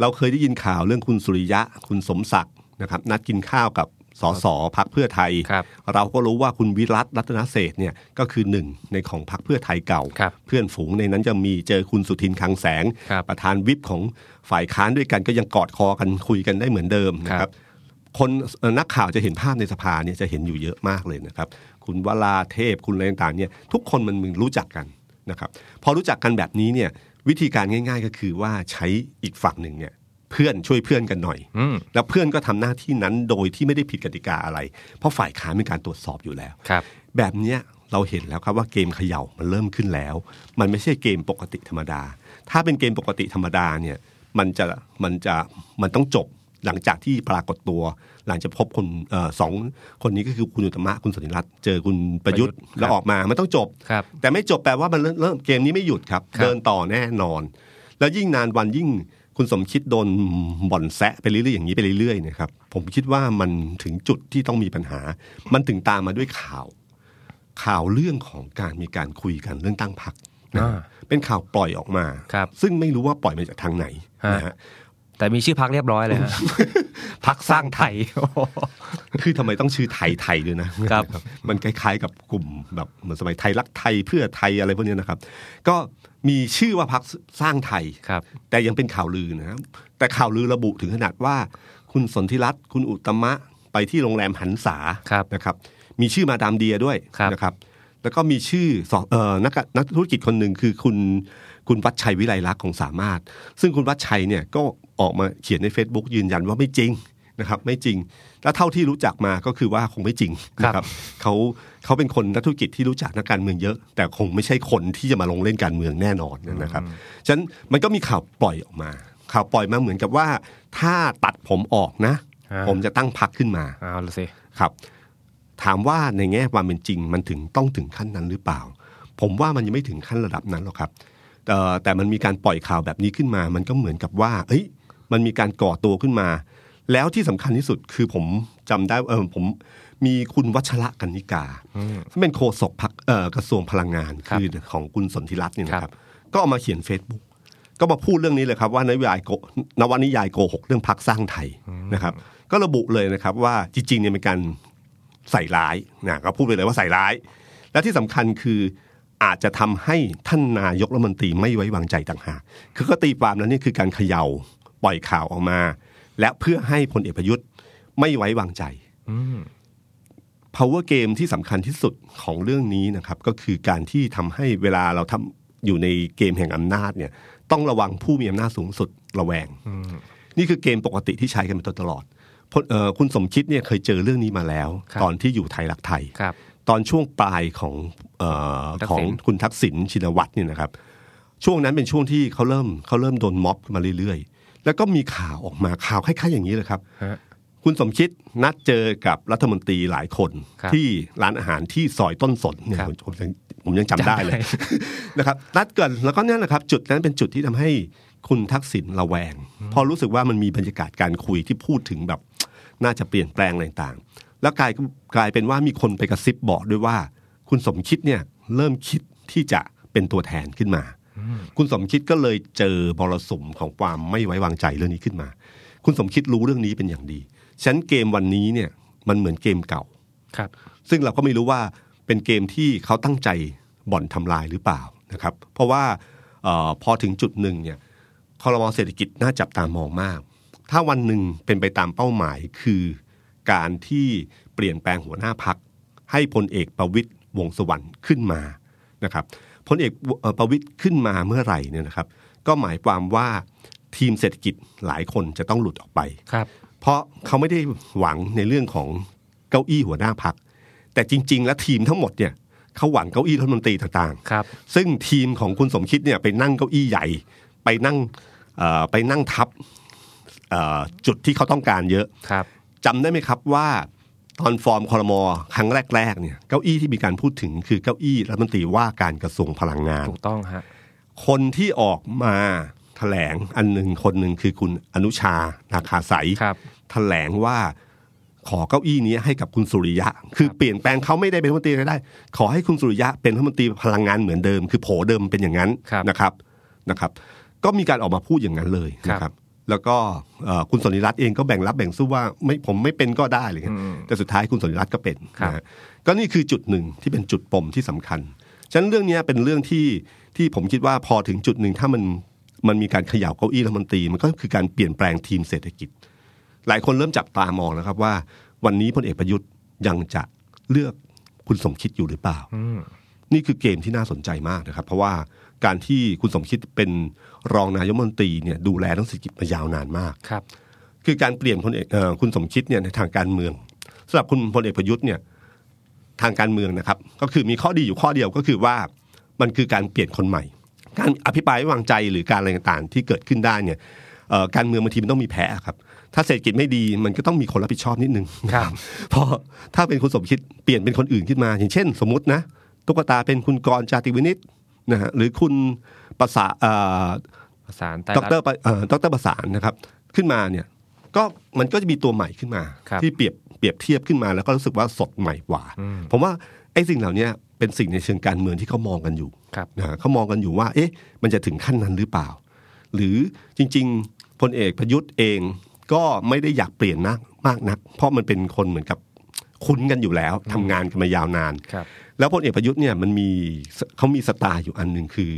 S3: เราเคยได้ยินข่าวเรื่องคุณสุริยะ คุณสมศักดิ์นะครับนัดกินข้าวกับสสพักเพื่อไทย
S4: ครับ
S3: เราก็รู้ว่าคุณวิรัตรัตนเศรษฐ์เนี่ยก็คือหนึ่งในของพรรคเพื่อไทยเก่า
S4: ครับ
S3: เพื่อนฝูงในนั้นจะมีเจอคุณสุทินคลังแสง
S4: ครับ
S3: ประธานวิปของฝ่ายค้านด้วยกันก็ยังกอดคอกันคุยกันได้เหมือนเดิมนะค
S4: ครั
S3: รับบ คนเอ่อนักข่าวจะเห็นภาพในสภาเนี่ยจะเห็นอยู่เยอะมากเลยนะครับ คุณวราเทพคุณอะไรต่างๆเนี่ยทุกคนมันมึงรู้จักกันนะครับ พอรู้จักกันแบบนี้เนี่ยวิธีการง่าย ๆ ก็คือว่าใช้อีกฝั่งหนึ่งเนี่ยเพื่อนช่วยเพื่อนกันหน่อย
S4: อืม
S3: แล้วเพื่อนก็ทำหน้าที่นั้นโดยที่ไม่ได้ผิดกติกาอะไร เพราะฝ่ายค้านมีการตรวจสอบอยู่แล้ว
S4: ครับ
S3: แบบเนี้ยเราเห็นแล้วครับว่าเกมเขย่ามันเริ่มขึ้นแล้ว มันไม่ใช่เกมปกติธรรมดา ถ้าเป็นเกมปกติธรรมดาเนี่ยมันจะมันจะมันต้องจบหลังจากที่ปรากฏตัว หลังจากพบคนเออสองคนนี้ก็คือคุณอุตมะคุณสนธิรัตน์เจอคุณประยุทธ์
S4: ประยุทธ์
S3: แล้วออกมามันต้องจบ
S4: ครับ
S3: แต่ไม่จบแปลว่ามันเริ่มเริ่มเกมนี้ไม่หยุดครับ
S4: ครับ
S3: เดินต่อแน่นอน แล้วยิ่งนานวันยิ่งคุณสมคิดโดนบ่อนแซะไปเรื่อยๆอย่างนี้ไปเรื่อยๆเนะครับผมคิดว่ามันถึงจุดที่ต้องมีปัญหา มันถึงตามมาด้วยข่าว ข่าวเรื่องของการมีการคุยกันเรื่องตั้งพรรคนะ
S4: อ่า
S3: เป็นข่าวปล่อยออกมา
S4: ครับ
S3: ซึ่งไม่รู้ว่าปล่อยมาจากทางไหน
S4: ฮะ
S3: นะฮะ
S4: แต่มีชื่อพักเรียบร้อยเลยฮะ พักสร้างไทย
S3: คือทำไมต้องชื่อไทยไทยด้วยนะครับ มันคล้ายๆกับกลุ่มแบบเหมือนสมัยไทยรักไทยเพื่อไทยอะไรพวกเนี้ยนะครับ ก็มีชื่อว่าพักสร้างไทย
S4: ครับ
S3: แต่ยังเป็นข่าวลือนะครับแต่ข่าวลือระบุถึงขนาดว่า คุณสนธิรัตน์คุณอุตตมะไปที่โรงแรมหันษา
S4: ครับ
S3: นะครับ มีชื่อมาดามเดียด้วย
S4: ครับ
S3: นะครับ แล้วก็มีชื่อสองเอ่อนักนักธุรกิจคนหนึ่งคือคุณคุณวัชชัยวิไลลักษณ์ของสามารถ ซึ่งคุณวัชชัยเนี่ยก็ออกมาเขียนใน Facebook ยืนยันว่าไม่จริงนะครับ ไม่จริง แล้วเท่าที่รู้จักมาก็คือว่าคงไม่จริงนะค
S4: ครั
S3: รับบ เขาเขาเป็นคนนักธุรกิจที่รู้จักนักการเมืองเยอะ แต่คงไม่ใช่คนที่จะมาลงเล่นการเมืองแน่นอนนะครับฉะนั้นมันก็มีข่าวปล่อยออกมา ข่าวปล่อยมาเหมือนกับว่า ถ้าตัดผมออกนะ
S4: อ่า
S3: ผมจะตั้งพรรคขึ้นมา
S4: เอาละสิ
S3: ครับถามว่าในแง่ความเป็นจริงมันถึงต้องถึงขั้นนั้นหรือเปล่า ผมว่ามันยังไม่ถึงขั้นระดับนั้นหรอกครับเอ่อแต่มันมีการปล่อยข่าวแบบนี้ขึ้นมา มันก็เหมือนกับว่า เอ้ยมันมีการก่อตัวขึ้นมา แล้วที่สำคัญที่สุดคือผมจำได้เออผมมีคุณวัชระกันนิกาซึ่งเป็นโฆษกพักกระทรวงพลังงาน
S4: ครับ
S3: คือของคุณสนธิรัตน์เนี่ยนะค
S4: ครั
S3: รับ
S4: บ
S3: ก็เอามาเขียน Facebook ก็มาพูดเรื่องนี้เลยครับว่านโยบายโกนวนิยายโกหกเรื่องพักสร้างไทยนะครับ ก็ระบุเลยนะครับว่าจริงๆเนี่ยเป็นการใส่ร้ายนะก็พูดไปเลยว่าใส่ร้าย และที่สำคัญคืออาจจะทำให้ท่านนายกรัฐมนตรีไม่ไว้วางใจต่างหากคือก็ตีความแล้วนี่คือการเขยา่าปล่อยข่าวออกมา และเพื่อให้พลเอกประยุทธ์ไม่ไว้วางใจ power game ที่สำคัญที่สุดของเรื่องนี้นะครับ ก็คือการที่ทำให้เวลาเราทำอยู่ในเกมแห่งอำนาจเนี่ยต้องระวังผู้มีอำนาจสูงสุดระแวง นี่คือเกมปกติที่ใช้กันมาโดยตลอดพลเอ่อคุณสมคิดเนี่ยเคยเจอเรื่องนี้มาแล้ว
S4: ครับ
S3: ตอนที่อยู่ไทยรักไทย
S4: ครับ
S3: ตอนช่วงปลายของเออ
S4: ทักษิณ
S3: ของคุณทักษิณชินวัตรเนี่ยนะครับ ช่วงนั้นเป็นช่วงที่เขาเริ่มเขาเริ่มโดนม็อบมาเรื่อยๆ แล้วก็มีข่าวออกมาข่าวคล้ายๆอย่างนี้เลยครับ
S4: ฮะ
S3: คุณสมคิดนัดเจอกับรัฐมนตรีหลายคน
S4: ครับ
S3: ที่ร้านอาหารที่ซอยต้นสนเนี่ย
S4: ครับ
S3: ผมผมยังผมยังจำได้เลย
S4: จ ำ
S3: นะครับนัดกันแล้วก็นั่นแหละครับ จุดนั้นเป็นจุดที่ทำให้คุณทักษิณระแวง พอรู้สึกว่ามันมีบรรยากาศการคุยที่พูดถึงแบบ น่าจะเปลี่ยนแปลงอะไรต่าง แล้วกลายกลายเป็นว่ามีคนไปกระซิบบอกด้วยว่า คุณสมคิดเนี่ยเริ่มคิดที่จะเป็นตัวแทนขึ้นมา คุณสมคิดก็เลยเจอมรสุมของความไม่ไว้วางใจเรื่องนี้ขึ้นมา คุณสมคิดรู้เรื่องนี้เป็นอย่างดีฉะนันเกมวันนี้เนี่ยมันเหมือนเกมเก่า
S4: ครับ
S3: ซึ่งเราก็ไม่รู้ว่าเป็นเกมที่เขาตั้งใจบ่อนทำลายหรือเปล่านะครับ เพราะว่าเออพอถึงจุดหนึ่งเนี่ยคอรมอเศรษฐกิจน่าจับตามองมาก ถ้าวันหนึ่งเป็นไปตามเป้าหมายคือ การที่เปลี่ยนแปลงหัวหน้าพัก ให้พลเอกประวิตยวงษ์สวรรค์ขึ้นมานะครับพลเอกเอ่อประวิตยขึ้นมาเมื่อไหร่เนี่ยนะครับ ก็หมายความว่าทีมเศรษฐกิจหลายคนจะต้องหลุดออกไป
S4: ครับ
S3: เพราะเขาไม่ได้หวังในเรื่องของเก้าอี้หัวหน้าพัก แต่จริง ๆ แล้วทีมทั้งหมดเนี่ยเขาหวังเก้าอี้รัฐมนตรีต่าง
S4: ครับ
S3: ๆ ซึ่งทีมของคุณสมคิดเนี่ยไปนั่งเก้าอี้ใหญ่ ไปนั่งเอ่อไปนั่งทับเอ่อจุดที่เขาต้องการเยอะ
S4: ครับ
S3: จำได้ไหมครับว่าตอนฟอร์มคอรมอครั้งแรกๆเนี่ยเก้าอี้ที่มีการพูดถึงคือเก้าอี้รัฐมนตรีว่าการกระทรวงพลังงาน
S4: ถูกต้องฮะ
S3: คนที่ออกมาแถลงอันหนึ่งคนหนึ่งคือคุณอนุชานาคาใส
S4: ครับ
S3: แถลงว่าขอเก้าอี้นี้ให้กับคุณสุริยะ คือเปลี่ยนแปลงเขาไม่ได้เป็นรัฐมนตรีก็ได้ ขอให้คุณสุริยะเป็นรัฐมนตรีพลังงานเหมือนเดิม คือโผเดิมเป็นอย่างนั้น
S4: ครับ
S3: นะครับนะครับ ก็มีการออกมาพูดอย่างนั้นเลยนะครับ แล้วก็เอ่อคุณสนิรัตน์เองก็แบ่งรับแบ่งสู้ว่าไม่ผมไม่เป็นก็ได้อะไรเลยแต่สุดท้ายคุณสนิรัตน์ก็เป็น
S4: ครับ
S3: นะฮะก็นี่คือจุดหนึ่งที่เป็นจุดปมที่สำคัญ ฉะนั้นเรื่องเนี้ยเป็นเรื่องที่ที่ผมคิดว่าพอถึงจุดหนึ่งถ้ามันมันมีการเขย่าเก้าอี้รัฐมนตรีมันก็คือการเปลี่ยนแปลงทีมเศรษฐกิจ หลายคนเริ่มจับตามองแล้วครับว่า วันนี้พลเอกประยุทธ์ยังจะเลือกคุณสมคิดอยู่หรือเปล่า นี่คือเกมที่น่าสนใจมากนะครับ เพราะว่าการที่คุณสมคิดเป็นรองนายกรัฐมนตรีเนี่ยดูแลทั้งเศรษฐกิจมายาวนานมาก
S4: ครับ
S3: คือการเปลี่ยนพลเอกเอ่อคุณสมคิดเนี่ยในทางการเมืองสำหรับคุณพลเอกประยุทธ์เนี่ยทางการเมืองนะครับ ก็คือมีข้อดีอยู่ข้อเดียวก็คือว่ามันคือการเปลี่ยนคนใหม่ การอภิปรายไม่วางใจหรือการอะไรต่างๆที่เกิดขึ้นได้เนี่ยเอ่อการเมืองบางทีมันต้องมีแพ้ครับ ถ้าเศรษฐกิจไม่ดีมันก็ต้องมีคนรับผิดชอบนิดนึง
S4: ครับ
S3: เพอถ้าเป็นคุณสมคิดเปลี่ยนเป็นคนอื่นขึ้นมา อย่างเช่น สมมตินะตุ๊กตาเป็นคุณกรณ์จาติวินิตนะฮะหรือคุณประสาเอ่อ
S4: ประสานไตร
S3: ด
S4: รั
S3: ร
S4: ฐ
S3: ปะเอ่อดรประสานนะครับ ขึ้นมาเนี่ยก็มันก็จะมีตัวใหม่ขึ้นมา
S4: ครับ
S3: ที่เปรียบเปรียบเทียบขึ้นมาแล้วก็รู้สึกว่าสดใหม่กว่า ผมว่าไอ้สิ่งเหล่านี้เป็นสิ่งในเชิงการเมืองที่เขามองกันอยู่
S4: ครับ
S3: นะฮะเขามองกันอยู่ว่า เอ๊ะ มันจะถึงขั้นนั้นหรือเปล่า หรือจริงๆพลเอกประยุทธ์เองก็ไม่ได้อยากเปลี่ยนนักมากนัก เพราะมันเป็นคนเหมือนกับคุ้นกันอยู่แล้วทำงานกันมายาวนาน
S4: ครับ
S3: แล้วพลเอกประยุทธ์เนี่ยมันมีเขามีสไตล์อยู่อันหนึ่งคือ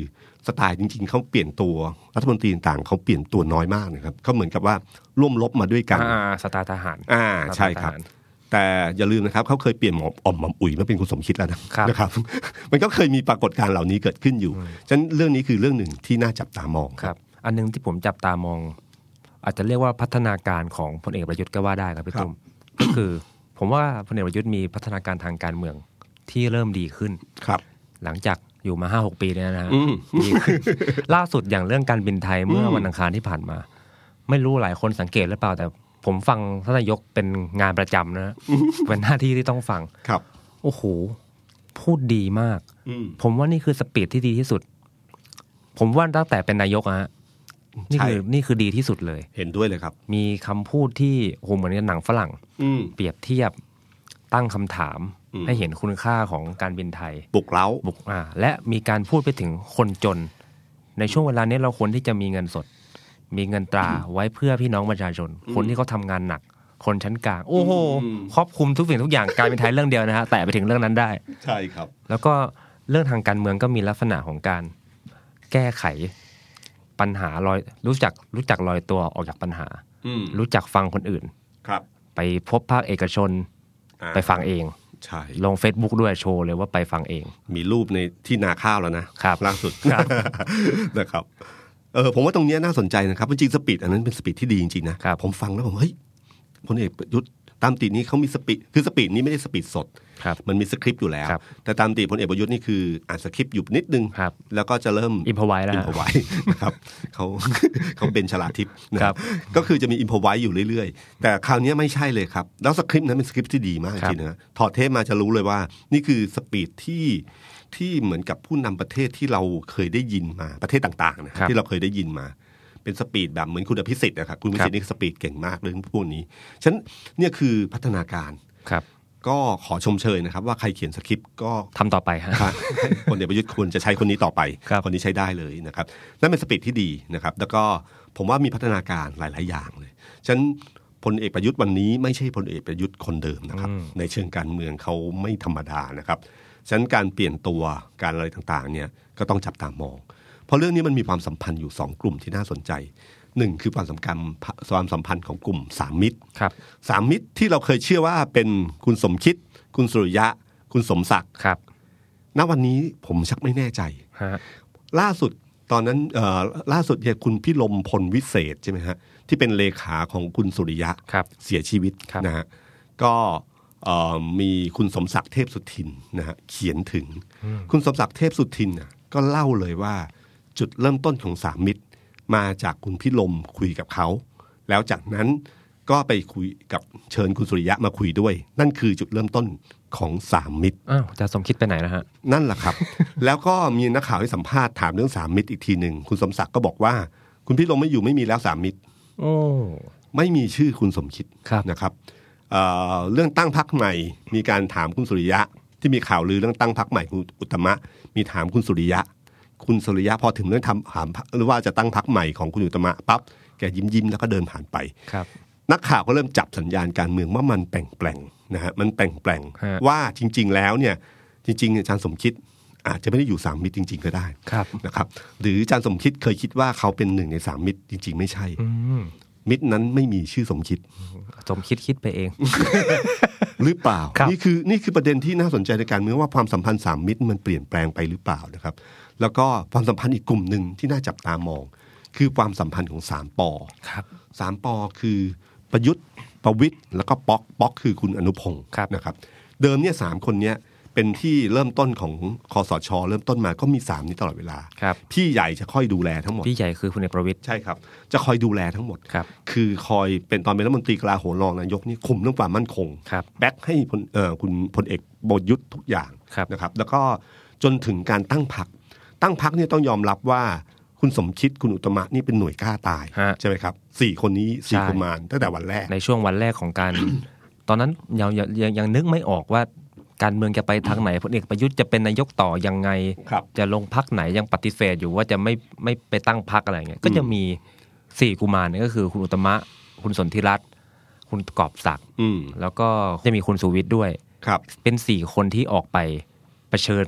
S3: สไตล์จริง ๆเขาเปลี่ยนตัวรัฐมนตรีต่างๆเขาเปลี่ยนตัวน้อยมากนะครับเขาเหมือนกับว่าร่วมรบมาด้วยกัน
S4: อ่าสตาร์ทหาร
S3: อ่าใช่ครับ แต่อย่าลืมนะครับเขาเคยเปลี่ยนหมออ่อมหม่อมอุ๋ยมาเป็นคุณสมคิดแล้วนะครับ นะครับ มันก็เคยมีปรากฏการณ์เหล่านี้เกิดขึ้นอยู่ฉะนั้นเรื่องนี้คือเรื่องหนึ่งที่น่าจับตามอง
S4: ครับ อันหนึงที่ผมจับตามอง อาจจะเรียกว่าพัฒนาการของพลเอกประยุทธ์ก็ว่าได้ครับพี่
S3: ครับ
S4: ตุ้ม ก็คือ ผมว่าพลเอกประยุทธ์มีพัฒนาการทางการเมืองที่เริ่มดีขึ้น
S3: ครับ
S4: หลังจากอยู่มาห้าหกปีเนี่ยนะฮะ
S3: อืม
S4: ดีขึ้นล่าสุดอย่างเรื่องการบินไทยเมื่อวันอังคารที่ผ่านมา ไม่รู้หลายคนสังเกตหรือเปล่า แต่ผมฟังท่านนายกเป็นงานประจำนะฮะเป็นหน้าที่ที่ต้องฟัง
S3: ครับ
S4: โอ้โห พูดดีมาก
S3: อืม
S4: ผมว่านี่คือสปีดที่ดีที่สุด ผมว่าตั้งแต่เป็นนายกอะฮะนี่คือ
S3: ใช่
S4: นี่คือดีที่สุดเลย
S3: เห็นด้วยเลยครับ
S4: มีคำพูดที่โอ้โหเหมือนกับหนังฝรั่ง
S3: อืม
S4: เปรียบเทียบตั้งคำถาม
S3: อืม
S4: ให้เห็นคุณค่าของการบินไทย
S3: ปลุกเร้า
S4: บุกอ่าและมีการพูดไปถึงคนจน ในช่วงเวลานี้เราควรที่จะมีเงินสด มีเงินตราไว้เพื่อพี่น้องประชาชน คนที่เขาทำงานหนัก คนชั้นกลาง โอ้โห
S3: อืม
S4: ครอบคลุมทุกสิ่งทุกอย่างการเป็นไทยเรื่องเดียวนะฮะแต่ไปถึงเรื่องนั้นได้
S3: ใช่ครับ
S4: แล้วก็เรื่องทางการเมืองก็มีลักษณะของการแก้ไขปัญหาลอยรู้จักรู้จักลอยตัวออกจากปัญหา
S3: อืม
S4: รู้จักฟังคนอื่น
S3: ครับ
S4: ไปพบภาคเอกชน
S3: อ่า
S4: ไปฟังเอง
S3: ใช่
S4: ลง Facebook ด้วยโชว์เลยว่าไปฟังเอง
S3: มีรูปในที่นาข้าวแล้วนะครับ ล่าสุด
S4: ครับ
S3: นะครับเออผมว่าตรงเนี้ยน่าสนใจนะครับจริงๆสปีดอันนั้นเป็นสปีดที่ดีจริงๆนะครับ ผมฟังแล้วผมเฮ้ยพลเอกประยุทธ์ตามติดนี้เขามีสปีดคือสปีดนี้ไม่ได้สปีดสด
S4: ครับ
S3: มันมีสคริปต์อยู่แล้ว
S4: ครับ
S3: แต่ตามติพลเอกประยุทธ์นี่คืออ่านสคริปต์อยู่นิดนึง
S4: ครับ
S3: แล้วก็จะเริ่ม
S4: improvise แล้วฮะ
S3: อินพอไว้ นะครับเขา เขาเป็นฉลาดทิพย์นะครับ ก็คือจะมีอินพอไว้อยู่เรื่อยๆ แต่คราวเนี้ยไม่ใช่เลยครับ แล้วสคริปต์นั้นเป็นสคริปต์ที่ดีมาก
S4: ครั
S3: จ
S4: บ
S3: ริงๆนะถอดเทปมาจะรู้เลยว่า นี่คือสปีดที่ที่เหมือนกับผู้นำประเทศที่เราเคยได้ยินมาประเทศต่างๆนะครับ ที่เราเคยได้ยินมา เป็นสปีดแบบเหมือนคุณอภิสิทธิ์นะครับคุณอภิสิทธิ์นี่สปีดเก่งมากเรื่องพวกนี้ฉะนันเนี่ยคือพัฒนาการ
S4: ครับ
S3: ก็ขอชมเชยนะครับ ว่าใครเขียนสคริปต์ก็
S4: ทำต่อไปฮะ
S3: ครับ คนเดกประยุทธ์ควรจะใช้คนนี้ต่อไป
S4: ครับ
S3: นนี้ใช้ได้เลยนะครับนั่นเป็นสปีดที่ดีนะครับ แล้วก็ผมว่ามีพัฒนาการหลาย ๆ อย่างเลยฉะนันพลเอกประยุทธ์วันนี้ไม่ใช่พลเอกประยุทธ์คนเดิมนะครับ ในเชิงการเมืองเขาไม่ธรรมดานะครับฉะนั้นการเปลี่ยนตัวการอะไรต่าง ๆ เนี่ยก็ต้องจับตามอง เพราะเรื่องนี้มันมีความสัมพันธ์อยู่สองกลุ่มที่น่าสนใจหนึ่งคือความสำคัญความสัมพันธ์ของกลุ่มสามมิตร
S4: ครับ
S3: สามมิตรที่เราเคยเชื่อว่าเป็นคุณสมคิด คุณสุริยะ คุณสมศักดิ
S4: ครับ
S3: ณวันนี้ผมชักไม่แน่ใจ
S4: ฮะ
S3: ล่าสุดตอนนั้นเอ่อล่าสุดเนี่ยคุณพิลมพลวิเศษใช่ไหมฮะที่เป็นเลขาของคุณสุริยะ
S4: ครับ
S3: เสียชีวิต
S4: ครับ
S3: นะฮะก็เอ่อมีคุณสมศักดิ์เทพสุทินนะฮะเขียนถึง คุณสมศักดิ์เทพสุทินน่ะก็เล่าเลยว่าจุดเริ่มต้นของสามมิตร มาจากคุณพิลมคุยกับเขา แล้วจากนั้นก็ไปคุยกับเชิญคุณสุริยะมาคุยด้วย นั่นคือจุดเริ่มต้นของสามมิตร
S4: อ้าวอาจารย์สมคิดไปไหนนะฮะ
S3: นั่นแหละ ครับ แล้วก็มีนักข่าวให้สัมภาษณ์ถามเรื่องสามมิตรอีกทีหนึ่ง คุณสมศักดิ์ก็บอกว่า คุณพี่ลงไม่อยู่ไม่มีแล้วสามมิตร
S4: โอ้
S3: ไม่มีชื่อคุณสมคิด
S4: ครับ
S3: นะครับเอ่อเรื่องตั้งพักใหม่ มีการถามคุณสุริยะ ที่มีข่าวลือเรื่องตั้งพักใหม่คุณอุตมะ มีถามคุณสุริยะ คุณสุริยะพอถึงเรื่องทำถามหรือว่าจะตั้งพักใหม่ของคุณอุตมะปั๊บแกยิ้มยิ้มๆแล้วก็เดินผ่านไป
S4: ครับ
S3: นักข่าวก็เริ่มจับสัญญาณการเมืองว่ามันแปลงๆนะฮะมันแปลง
S4: ฮะ
S3: ๆว่าจริง ๆ แล้วเนี่ยจริงๆอาจารย์สมคิดอาจจะไม่ได้อยู่สามมิตรจริง ๆ ก็ได้
S4: ครับ
S3: นะครับ หรืออาจารย์สมคิดเคยคิดว่าเขาเป็นหนึ่งในสามมิตรจริง ๆ ไม่ใช่ มิตรนั้นไม่มีชื่อสมคิด
S4: สมคิดคิดไปเอง
S3: หรือเปล่า
S4: ครับ
S3: นี่คือนี่คือประเด็นที่น่าสนใจในการเมืองว่าความสัมพันธ์สามมิตรมันเปลี่ยนแปลงไปหรือเปล่านะครับ แล้วก็ความสัมพันธ์อีกกลุ่มหนึ่งที่น่าจับตามอง คือความสัมพันธ์ของสามปอ
S4: ครับ
S3: สามปอคือประยุทธ์ประวิทย์แล้วก็ป๊อกป๊อกคือคุณอนุพงศ์
S4: ครับ
S3: นะครับ เดิมเนี่ยสามคนเนี้ยเป็นที่เริ่มต้นของคอสช เริ่มต้นมาก็มีสามนี้ตลอดเวลา
S4: ครับ
S3: พี่ใหญ่จะคอยดูแลทั้งหมด
S4: พี่ใหญ่คือพลเอกประวิตย
S3: ใช่ครับ จะคอยดูแลทั้งหมด
S4: ครับ
S3: คือคอยเป็นตอนเป็นรัฐมนตรีกลาโหมรองนายกนี่คุมเรื่องความมั่นคง
S4: ครับ
S3: แบ็กให้พลเอ่อคุณพลเอกบรยุทธ์ทุกอย่าง
S4: ครับ
S3: นะครับ แล้วก็จนถึงการตั้งพัก ตั้งพักเนี่ยต้องยอมรับว่าคุณสมคิดคุณอุตตมะนี่เป็นหน่วยกล้าตาย
S4: ฮะ
S3: ใช่ไหมครับสี่คนนี้สี่
S4: ใช่
S3: กุมารตั้งแต่วันแรก
S4: ในช่วงวันแรกของการ ตอนนั้นยังยังยังยังนึกไม่ออกว่าการเมืองจะไปทางไหนพลเอกประยุทธ์จะเป็นนายกต่อยังไง
S3: ครับ
S4: จะลงพักไหนยังปฏิเสธอยู่ว่าจะไม่ไม่ไปตั้งพักอะไรอย่างเงี้ยก็จะมีสี่กุมารเนี่ยก็คือคุณอุตตมะ คุณสนธิรัตน์คุณกอบศักดิ์
S3: อืม
S4: แล้วก็จะมีคุณสุวิทย์ด้วย
S3: ครับ
S4: เป็นสี่คนที่ออกไปเผชิญ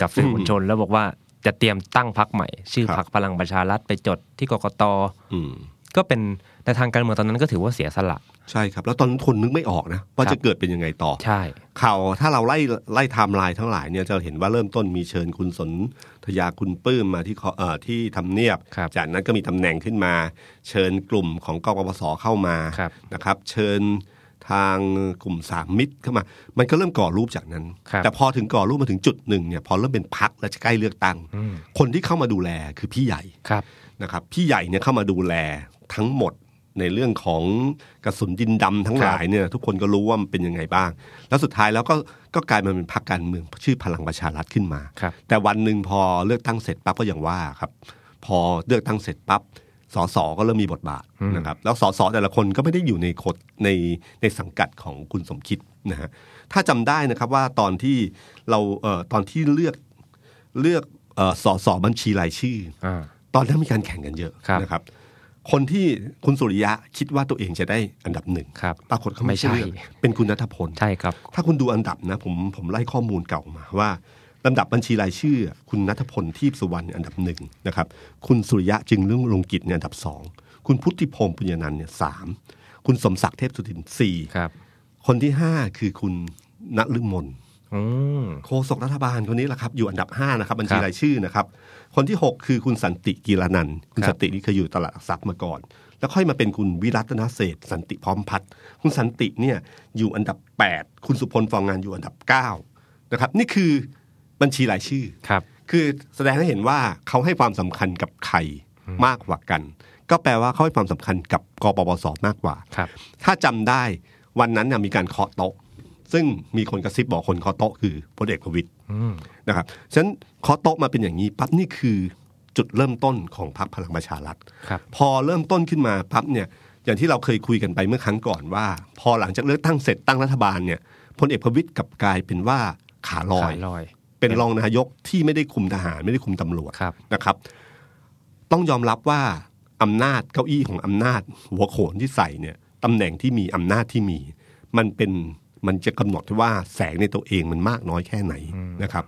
S4: กับสื่อมวลชน แล้วบอกว่าจะเตรียมตั้งพักใหม่ ชื่อ
S3: ครับ
S4: พักพลังประชารัฐไปจดที่กกต
S3: อืม
S4: ก็เป็นในทางการเมืองตอนนั้นก็ถือว่าเสียสละ
S3: ใช่ครับ แล้วตอนนั้นคนนึกไม่ออกนะ ว่า
S4: ครับ
S3: จะเกิดเป็นยังไงต่อ
S4: ใช่
S3: ข่าวถ้าเราไล่ไล่ไทม์ไลน์ทั้งหลายเนี่ยจะเห็นว่าเริ่มต้นมีเชิญคุณสนธยาคุณปื้มมาที่คอเอ่อที่ทำเนียบ
S4: ครับ
S3: จากนั้นก็มีตำแหน่งขึ้นมา เชิญกลุ่มของกกปสเข้ามา
S4: ครับ
S3: นะครับ เชิญทางกลุ่มสามมิตรเข้ามา มันก็เริ่มก่อรูปจากนั้น
S4: ครับ
S3: แต่พอถึงก่อรูปมาถึงจุดหนึ่งเนี่ยพอเริ่มเป็นพักและจะใกล้เลือกตั้ง คนที่เข้ามาดูแลคือพี่ใหญ่
S4: ครับ
S3: นะครับพี่ใหญ่เนี่ยเข้ามาดูแลทั้งหมดในเรื่องของกระสุนดินดำทั้งหลายเนี่ยทุกคนก็รู้ว่ามันเป็นยังไงบ้าง แล้วสุดท้ายแล้วก็ก็กลายมาเป็นพรรคการเมืองชื่อพลังประชารัฐขึ้นมา
S4: ครับ
S3: แต่วันหนึ่งพอเลือกตั้งเสร็จปั๊บก็อย่างว่าครับ พอเลือกตั้งเสร็จปั๊บสสก็เริ่มมีบทบาทนะครับแล้วสสแต่ละคนก็ไม่ได้อยู่ในคดในในสังกัดของคุณสมคิดนะฮะถ้าจำได้นะครับว่าตอนที่เราเอ่อตอนที่เลือกเลือกเอ่อสสบัญชีรายชื่อ
S4: อ่า
S3: ตอนนั้นมีการแข่งกันเยอะ
S4: ครับ
S3: นะครับ คนที่คุณสุริยะคิดว่าตัวเองจะได้อันดับหนึ่ง
S4: ครับ
S3: ปรากฏเขาไม่
S4: ไม่ใช่
S3: ใช่ เป็นคุณนัทพล
S4: ใช่ครับ
S3: ถ้าคุณดูอันดับนะผมผมไล่ข้อมูลเก่ามาว่าลำดับบัญชีรายชื่อ คุณนัทพลทีพสุวรรณอันดับหนึ่งนะครับคุณสุริยะจึงเรื่องลงกิจเนี่ยอันดับสองคุณพุทธิพงศ์ปุญญานันท์เนี่ยสามคุณสมศักดิ์เทพสุทินสี่
S4: ครับ
S3: คนที่ห้าคือคุณณฤมล
S4: อืม
S3: โฆษกรัฐบาลคนนี้แหละครับ อยู่อันดับ 5 นะครับ บัญชี
S4: ครับ
S3: รายชื่อนะครับ คนที่ 6 คือคุณสันติกีรนันท์คุณสันตินี่เคยอยู่ตลาดหลักทรัพย์มาก่อน แล้วค่อยมาเป็นคุณวิรัตนเศรษฐ์สันติพร้อมพัฒน์คุณสันติเนี่ยอยู่อันดับ 8 คุณสุพลฟองงานอยู่อันดับ9นะครับนี่คือบัญชีรายชื่อ
S4: ครับ
S3: คือแสดงให้เห็นว่าเขาให้ความสำคัญกับใครมากกว่ากัน ก็แปลว่าเขาให้ความสำคัญกับกปปสมากกว่า
S4: ครับ
S3: ถ้าจำได้วันนั้นน่ะมีการเคาะโต๊ะ ซึ่งมีคนกระซิบบอกคนเคาะโต๊ะคือพลเอกประวิตยนะครับฉะนั้นเคาะโต๊ะมาเป็นอย่างนี้ปั๊บนี่คือจุดเริ่มต้นของพรรคพลังประชารัฐ
S4: ครับ
S3: พอเริ่มต้นขึ้นมาปั๊บเนี่ย อย่างที่เราเคยคุยกันไปเมื่อครั้งก่อนว่า พอหลังจากเลือกตั้งเสร็จตั้งรัฐบาลเนี่ยพลเอกประวิตยกลับกลายเป็นว่าขาลอ
S4: ขาย ยลอย
S3: เป็นรองนายกที่ไม่ได้คุมทหารไม่ได้คุมตำรวจ
S4: ครับ
S3: นะครับ ต้องยอมรับว่าอำนาจเก้าอี้ของอำนาจ หัวโขนที่ใส่เนี่ยตำแหน่งที่มีอำนาจที่มี มันเป็นมันจะกำหนดว่าแสงในตัวเองมันมากน้อยแค่ไหนนะครับ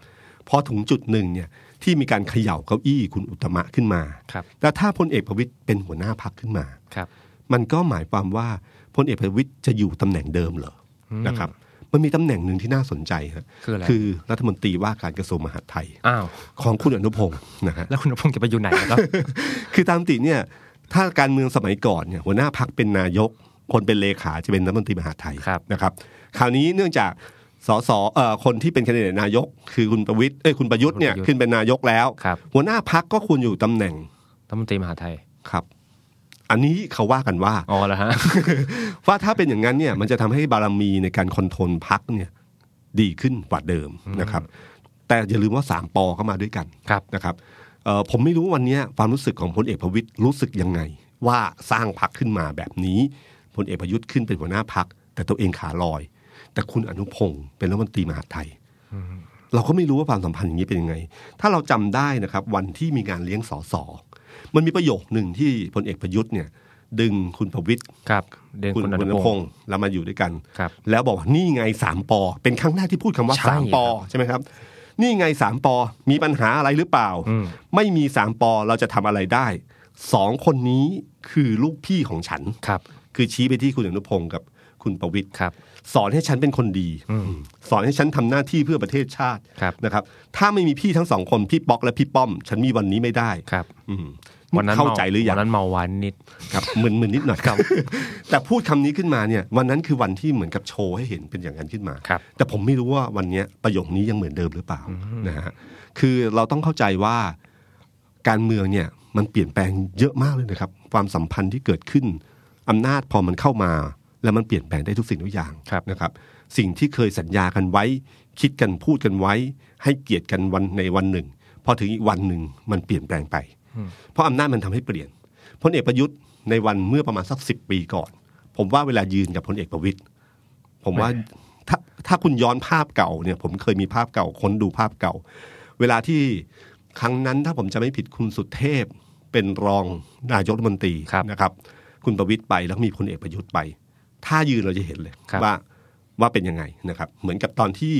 S3: พอถึงจุดหนึ่งเนี่ยที่มีการเขย่าเก้าอี้คุณอุตตมะขึ้นมา
S4: ครับ
S3: แล้วถ้าพลเอกประวิตยเป็นหัวหน้าพักขึ้นมา
S4: ครับ
S3: มันก็หมายความว่าพลเอกประวิตยจะอยู่ตำแหน่งเดิมเหรออนะครับ มันมีตำแหน่งหนึ่งที่น่าสนใจฮะ
S4: คืออะไร
S3: คือรัฐมนตรีว่าการกระทรวงมหาดไทย
S4: อ้าว
S3: ของคุณอนุพงศ์นะฮะ
S4: แล้วคุณพงษ์จะไปอยู่ไหนแล้ว
S3: คือตามติเนี่ย ถ้าการเมืองสมัยก่อนเนี่ยหัวหน้าพักเป็นนายก คนเป็นเลขาจะเป็นรัฐมนตรีมหาดไทย
S4: ครับ
S3: นะครับ คราวนี้เนื่องจากสสเอ่อคนที่เป็นแคนดิเดตนายก คือคุณประวิตยเอ้ยคุณประยุทธ์เนี่ย
S4: คุณประยุทธ์
S3: ขึ้นเป็นนายกแล้ว
S4: ครับ
S3: หัวหน้าพักก็ควรอยู่ตำแหน่ง
S4: รัฐมนตรีมหาไทย
S3: ครับ อันนี้เขาว่ากันว่า
S4: อ๋อแล้วฮะ
S3: ว่าถ้าเป็นอย่างนั้นเนี่ยมันจะทำให้บารมีในการคอนโทรลพักเนี่ยดีขึ้นกว่าเดิมนะครับ แต่อย่าลืมว่าสามปอเข้ามาด้วยกัน
S4: ครับ
S3: นะครับเอ่อผมไม่รู้วันเนี้ยความรู้สึกของพลเอกประวิตยรู้สึกยังไง ว่าสร้างพักขึ้นมาแบบนี้พลเอกประยุทธ์ขึ้นเป็นหัวหน้าพัก แต่ตัวเองขาลอย แต่คุณอนุพงศ์เป็นรัฐมนตรีมหาดไทย เราก็ไม่รู้ว่าความสัมพันธ์อย่างนี้เป็นยังไง ถ้าเราจำได้นะครับ วันที่มีงานเลี้ยงสอสอมันมีประโยคหนึ่งที่พลเอกประยุทธ์เนี่ยดึงคุณประวิตย
S4: ครับ เดิน
S3: คุณ
S4: คุณอ
S3: คุ
S4: นุ
S3: ณ
S4: พ
S3: พ
S4: ง
S3: ง
S4: ษ์
S3: ศ์เรามาอยู่ด้วยกัน
S4: ครับ
S3: แล้วบอกว่านี่ไงสามปอ เป็นครั้งแรกที่พูดคำว่า
S4: ใช่
S3: สามปอ
S4: ครับ
S3: ใช่ไหมครับ นี่ไงสามปอ มีปัญหาอะไรหรือเปล่า
S4: อืม
S3: ไม่มีสามปอเราจะทำอะไรได้สองคนนี้คือลูกพี่ของฉัน
S4: ครับ
S3: คือชี้ไปที่คุณอนุพงศ์กับคุณประวิตย
S4: ครับ
S3: สอนให้ฉันเป็นคนดี สอนให้ฉันทำหน้าที่เพื่อประเทศชาติ
S4: ครับ
S3: นะครับ ถ้าไม่มีพี่ทั้งสองคนพี่ป๊อกและพี่ป้อม ฉันมีวันนี้ไม่ได้
S4: ครับ
S3: อืม
S4: วันนั้น
S3: เข้าใจหรือยัง
S4: วันนั้นเมาหวานนิด
S3: ครับเหมือนเหมือนนิดหน่อยครับ แต่พูดคำนี้ขึ้นมาเนี่ย วันนั้นคือวันที่เหมือนกับโชว์ให้เห็นเป็นอย่างนั้นขึ้นมา
S4: ครับ
S3: แต่ผมไม่รู้ว่าวันเนี้ยประโยคนี้ยังเหมือนเดิมหรือเปล่านะฮะคือเราต้องเข้าใจว่าการเมืองเนี่ยมันเปลี่ยนแปลงเยอะมากเลยนะครับ ความสัมพันธ์ที่เกิดขึ้นอำนาจพอมันเข้ามา แล้วมันเปลี่ยนแปลงได้ทุกสิ่งทุกอย่าง
S4: ครับ
S3: นะครับ สิ่งที่เคยสัญญากันไว้ คิดกันพูดกันไว้ ให้เกียรติกันวันในวันหนึ่ง พอถึงอีกวันหนึ่งมันเปลี่ยนแปลงไป เพราะอำนาจมันทำให้เปลี่ยน พลเอกประยุทธ์ในวันเมื่อประมาณสักสิบปีก่อน ผมว่าเวลายืนกับพลเอกประวิตยผมว่าถ้าถ้าคุณย้อนภาพเก่าเนี่ย ผมเคยมีภาพเก่าค้นดูภาพเก่า เวลาที่ครั้งนั้นถ้าผมจะไม่ผิดคุณสุเทพ เป็นรองนายกรัฐมนตรี
S4: ครับ
S3: นะครับ คุณประวิตยไปแล้วมีพลเอกประยุทธ์ไป ถ้ายืนเราจะเห็นเลย
S4: ครับ
S3: ว่าว่าเป็นยังไงนะครับ เหมือนกับตอนที่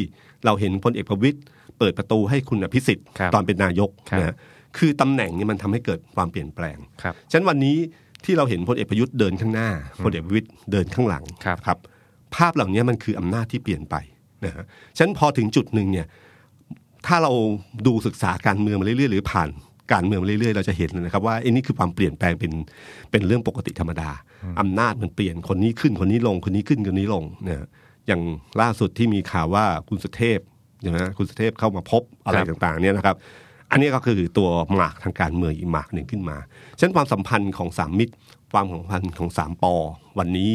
S3: เราเห็นพลเอกประวิตยเปิดประตูให้คุณอภิสิทธิ์
S4: ครับ
S3: ตอนเป็นนายก
S4: ครับ
S3: นะฮะคือตำแหน่งเนี่ยมันทำให้เกิดความเปลี่ยนแปลง
S4: ครับ
S3: ฉะนั้นวันนี้ที่เราเห็นพลเอกประยุทธ์เดินข้างหน้าพลเอกประวิตยเดินข้างหลัง
S4: ครับ
S3: ภาพเหล่านี้มันคืออำนาจที่เปลี่ยนไปนะฮะฉะนั้นพอถึงจุดหนึ่งเนี่ยถ้าเราดูศึกษาการเมืองมาเรื่อยๆ หรือผ่านการเมืองมาเรื่อยๆ เราจะเห็นนะครับว่าไอ้นี่คือความเปลี่ยนแปลงเป็นเป็นเรื่องปกติธรรมดาอำนาจมันเปลี่ยนคนนี้ขึ้นคนนี้ลง คนนี้ขึ้นคนนี้ลงนะฮะอย่างล่าสุดที่มีข่าวว่าคุณสุเทพใช่ไหมฮะคุณสุเทพเข้ามาพบอะไร
S4: ครับ
S3: ต่างๆเนี่ยนะครับ อันนี้ก็คือตัวหมากทางการเมืองอีกหมากหนึ่งขึ้นมาฉะนั้นความสัมพันธ์ของสามมิตร ความสัมพันธ์ของสามปอ วันนี้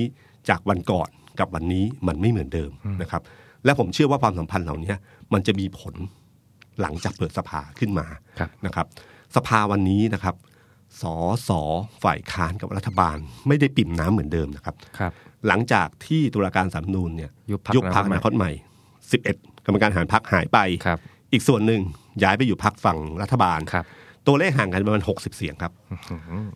S3: จากวันก่อนกับวันนี้มันไม่เหมือนเดิมนะครับ และผมเชื่อว่าความสัมพันธ์เหล่านี้มันจะมีผลหลังจากเปิดสภาขึ้นมา
S4: ครับ
S3: นะครับ สภาวันนี้นะครับสอสอฝ่ายค้านกับรัฐบาล ไม่ได้ปิ่มน้ำเหมือนเดิมนะครับ
S4: ครับ
S3: หลังจากที่ตุลาการสามนูนเนี่ย
S4: ยุบพรรค
S3: พรรคอ
S4: อนา
S3: นา
S4: ค
S3: ค
S4: ต
S3: ต
S4: ให
S3: ให
S4: ม่
S3: ม่ 11 กรรมการหารพักหายไป
S4: ครับ
S3: อีกส่วนหนึ่งย้ายไปอยู่พักฝั่งรัฐบาล
S4: ครับ
S3: ตัวเลขห่างกันประมาณ 60 เสียงครับ 270 260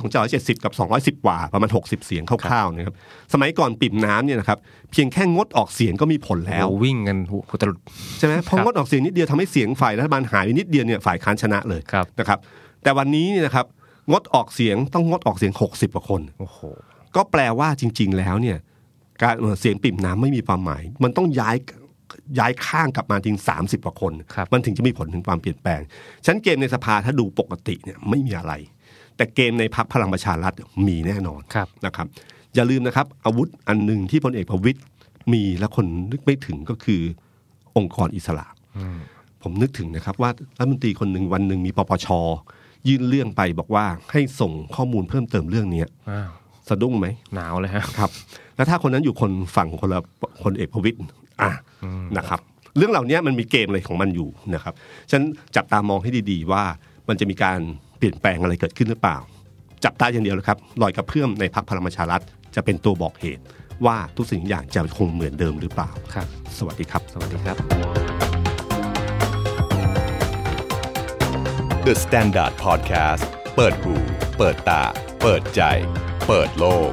S3: ของ770 กับ 210กว่าประมาณ 60 เสียงคร่าวๆนะครับ สมัยก่อนปิ่มน้ำเนี่ยนะครับเพียงแค่งดออกเสียงก็มีผลแล้ว
S4: โอ้วิ่งกันหัวตลุด
S3: ใช่ไหมพอ
S4: ครับ
S3: งดออกเสียงนิดเดียวทำให้เสียงฝ่ายรัฐบาลหายไปนิดเดียวเนี่ยฝ่ายค้านชนะเลย
S4: ครับ
S3: นะครับแต่วันนี้เนี่ยนะครับงดออกเสียงต้องงดออกเสียง 60กว่าคน
S4: โอ้โห
S3: ก็แปลว่าจริง ๆ แล้วเนี่ยการเอ่อเสียงปริ่มน้ำไม่มีความหมาย มันต้องย้ายย้ายข้างกลับมาจริง 30กว่าคน
S4: ครับ
S3: มันถึงจะมีผลถึงความเปลี่ยนแปลงฉะนันเกมในสภาถ้าดูปกติเนี่ยไม่มีอะไร แต่เกมในพักพลังประชารัฐมีแน่นอน
S4: ครับ
S3: นะครับ อย่าลืมนะครับ อาวุธอันหนึ่งที่พลเอกประวิตยมีและคนนึกไม่ถึงก็คือองค์กรอิสระ ผมนึกถึงนะครับว่ารัฐมนตรีคนหนึ่งวันหนึ่งมีปปชยื่นเรื่องไปบอกว่าให้ส่งข้อมูลเพิ่มเติมเรื่องเนี้ย
S4: อ้าว
S3: สะดุ้งไหม
S4: หนาวเลยฮะ
S3: ครับแล้วถ้าคนนั้นอยู่คนฝั่งคนละคนเอกประวิตยอ่ะนะครับ เรื่องเหล่านี้มันมีเกมอะไรของมันอยู่นะครับฉะนันจับตามองให้ดีๆว่ามันจะมีการเปลี่ยนแปลงอะไรเกิดขึ้นหรือเปล่า จับตาอย่างเดียวเลยครับลอยกับเพื่อมในพักพลังประชารัฐจะเป็นตัวบอกเหตุ ว่าทุกสิ่งทุกอย่างจะคงเหมือนเดิมหรือเปล่า
S4: ครับ
S3: สวัสดีครับ
S4: สวัสดีครับ
S5: The Standard Podcast เปิดหูเปิดตา เปิดใจ เปิดโลก